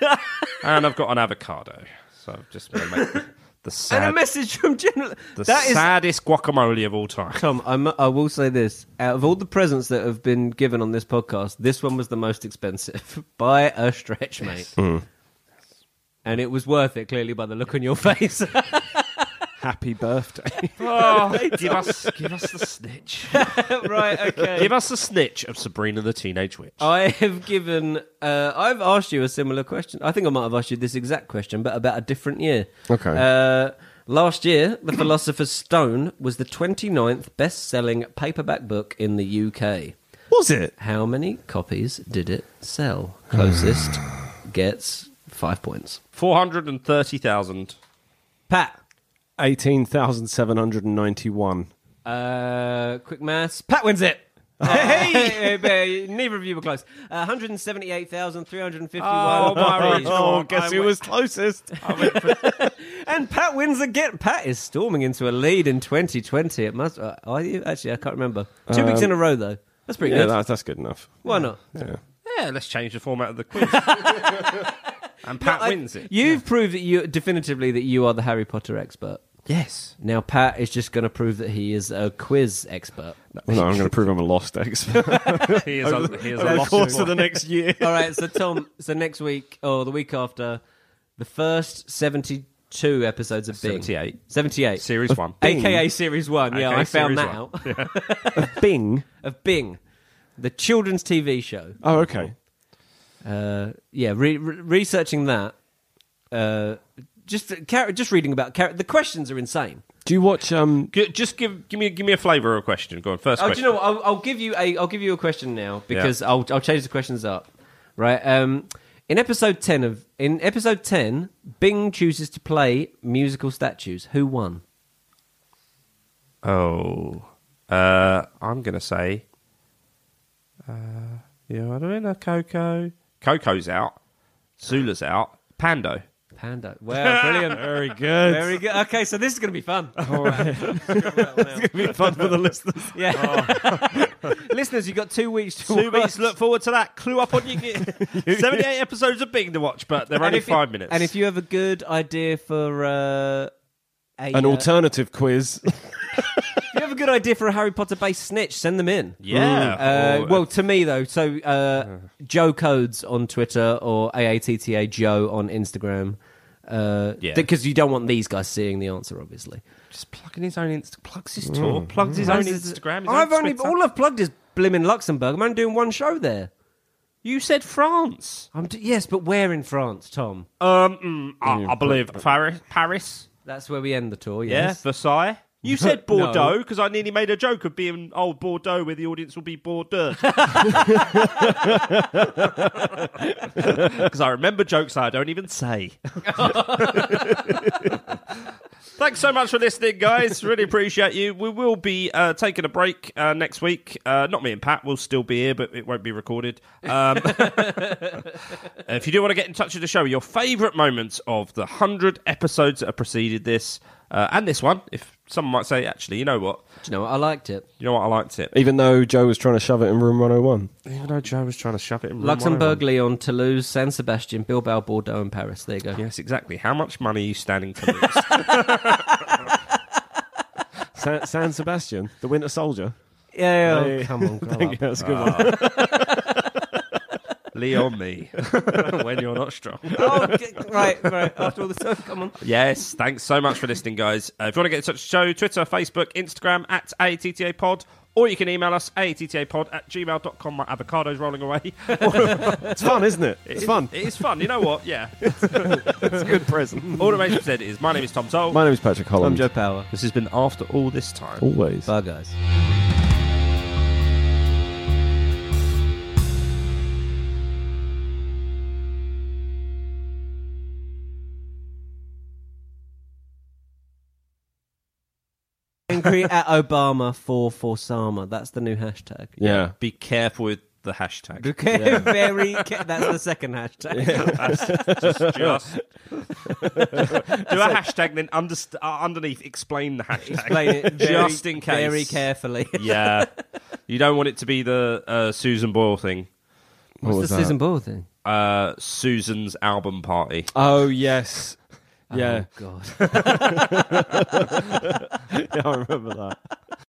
Speaker 1: and I've got an avocado. So I've just going to make the, the,
Speaker 3: and a
Speaker 1: sad,
Speaker 3: message from General.
Speaker 1: the
Speaker 3: That is.
Speaker 1: saddest guacamole of all time.
Speaker 3: Tom, I mu- I will say this: out of all the presents that have been given on this podcast, this one was the most expensive by a stretch, mate. And it was worth it, clearly, by the look on your face.
Speaker 2: Happy birthday.
Speaker 1: Oh, give us, give us the snitch.
Speaker 3: right? Okay.
Speaker 1: Give us the snitch of Sabrina the Teenage Witch.
Speaker 3: I have given. Uh, I've asked you a similar question. I think I might have asked you this exact question, but about a different year.
Speaker 2: Okay.
Speaker 3: Uh, last year, The Philosopher's Stone was the 29th best selling paperback book in the UK.
Speaker 2: Was it?
Speaker 3: How many copies did it sell? Closest gets five points.
Speaker 1: 430,000.
Speaker 3: Pat.
Speaker 2: Eighteen thousand seven hundred and ninety-one.
Speaker 3: Uh, quick maths. Pat wins it.
Speaker 2: Oh.
Speaker 3: Hey! hey, Neither of you were close. Uh, 178,351.
Speaker 2: Oh, guess who was closest?
Speaker 3: And Pat wins again. Pat is storming into a lead in 2020. It must. Uh,
Speaker 1: Um,
Speaker 3: are you? Actually, I can't remember. Two weeks in a row, though. That's pretty
Speaker 2: Yeah,
Speaker 3: good.
Speaker 2: that's, that's good enough.
Speaker 3: Why not?
Speaker 2: Yeah.
Speaker 3: Yeah,
Speaker 1: yeah, let's change the format of the quiz. and Pat wins it.
Speaker 3: You've proved that you definitively that you are the Harry Potter expert.
Speaker 1: Yes.
Speaker 3: Now Pat is just going to prove that he is a quiz expert.
Speaker 2: Well, no, I'm going to prove I'm a lost expert.
Speaker 1: He is a, he is a
Speaker 2: of
Speaker 1: lost
Speaker 2: course,
Speaker 1: boy.
Speaker 2: of the next year.
Speaker 3: All right, so Tom, so next week or the week after, the first seventy-two episodes of Bing.
Speaker 1: 78.
Speaker 3: Seventy-eight.
Speaker 1: Series 1.
Speaker 3: AKA Series 1. Yeah,
Speaker 1: AKA
Speaker 3: I found
Speaker 1: Series
Speaker 3: that
Speaker 1: One.
Speaker 3: out.
Speaker 2: Bing.
Speaker 3: of Bing, the children's TV show.
Speaker 2: Oh, okay.
Speaker 3: Uh, yeah, re- re- researching that. Uh, just char- just reading about char- the questions are insane.
Speaker 2: Do you watch? Um,
Speaker 1: G- Just give, give me give me a flavour of a question. Go on, first
Speaker 3: Oh, do
Speaker 1: question.
Speaker 3: you know what? I'll, I'll give you a I'll give you a question now because I'll I'll change the questions up. Right. Um, in episode ten of in episode ten, Bing chooses to play musical statues. Who won?
Speaker 1: Oh, uh, I'm gonna say, uh, yeah, I don't know. Coco, Coco's out. Zula's out. Pando.
Speaker 3: Panda. Wow, brilliant. Very good. Very good. Okay, so this is going to be fun. All right.
Speaker 2: fun for the listeners.
Speaker 3: Yeah. Listeners, you got two weeks to
Speaker 1: Two
Speaker 3: watch.
Speaker 1: weeks. Look forward to that. Clue up on your seventy-eight episodes of Bing to watch, but they're only
Speaker 3: if you-
Speaker 1: five minutes.
Speaker 3: And if you have a good idea for uh, a,
Speaker 2: An
Speaker 3: uh,
Speaker 2: alternative quiz.
Speaker 3: if you have a good idea for a Harry Potter based snitch, send them in.
Speaker 1: yeah,
Speaker 3: Uh,
Speaker 1: or-
Speaker 3: well, to me though, so uh, Joe Codes on Twitter or AATTA Joe on Instagram. Uh,
Speaker 1: Yeah.
Speaker 3: Because you don't want these guys seeing the answer, obviously.
Speaker 1: just plugging his own Insta, plugs his tour, Mm. plugs his own Instagram. His
Speaker 3: I've
Speaker 1: own
Speaker 3: only
Speaker 1: Twitter.
Speaker 3: all I've plugged is Blimmin Luxembourg. I'm only doing one show there.
Speaker 1: you said France.
Speaker 3: I'm d- yes, but where in France, Tom?
Speaker 1: Um, mm, I, I believe Paris. Paris.
Speaker 3: That's where we end the tour.
Speaker 1: Yeah,
Speaker 3: Yes.
Speaker 1: Versailles. You said Bordeaux because I nearly made a joke of being old Bordeaux, where the audience will be Bordeaux. Because I remember jokes I don't even say. Thanks so much for listening, guys. Really appreciate you. We will be uh, taking a break uh, next week. Uh, not me and Pat will still be here, but it won't be recorded. Um, if you do want to get in touch with the show, your favourite moments of the 100 episodes that have preceded this, uh, and this one, if someone might say, actually, you know what?
Speaker 3: Do you know what? I liked it.
Speaker 1: You know what? I liked it.
Speaker 2: Even though Joe was trying to shove it in room 101.
Speaker 1: Even though Joe was trying to shove it in room
Speaker 3: Luxembourg,
Speaker 1: 101.
Speaker 3: Lyon, Toulouse, San Sebastian, Bilbao, Bordeaux, and Paris. There you go.
Speaker 1: Yes, exactly. How much money are you standing to lose?
Speaker 2: San, San Sebastian, the Winter Soldier. Ah.
Speaker 3: Yeah, yeah, oh, come on, grow up.
Speaker 2: That's a good one.
Speaker 1: Leon me when you're not strong.
Speaker 3: Oh, g- right, right. After all this stuff, come on.
Speaker 1: Yes, thanks so much for listening, guys. Uh, if you want to get in touch with the show, Twitter, Facebook, Instagram, at ATTA Pod, or you can email us, ATTAPod at gmail.com. My avocado's rolling away.
Speaker 2: It's fun, isn't it? It's fun.
Speaker 1: It is fun. You know what? Yeah.
Speaker 2: It's a good present.
Speaker 1: All that remains to be said is, my name is Tom Toll.
Speaker 2: My name is Patrick Holland.
Speaker 3: Power.
Speaker 1: This has been After All This Time.
Speaker 3: Oh.
Speaker 2: Always.
Speaker 3: Bye, guys. Angry at Obama for Forsama. That's the new hashtag.
Speaker 2: Yeah.
Speaker 1: Be careful with the hashtag.
Speaker 3: Okay, very. Ca- that's the second hashtag.
Speaker 1: Just- Do a hashtag, then underst- uh, underneath explain the hashtag.
Speaker 3: Explain it very,
Speaker 1: Just in case.
Speaker 3: very carefully.
Speaker 1: Yeah. You don't want it to be the uh, Susan Boyle thing.
Speaker 2: What was
Speaker 3: What's the
Speaker 2: that?
Speaker 3: Susan Boyle thing?
Speaker 1: Uh, Susan's album party.
Speaker 2: Oh, yes. Yeah.
Speaker 3: Oh, God.
Speaker 2: yeah, I remember that.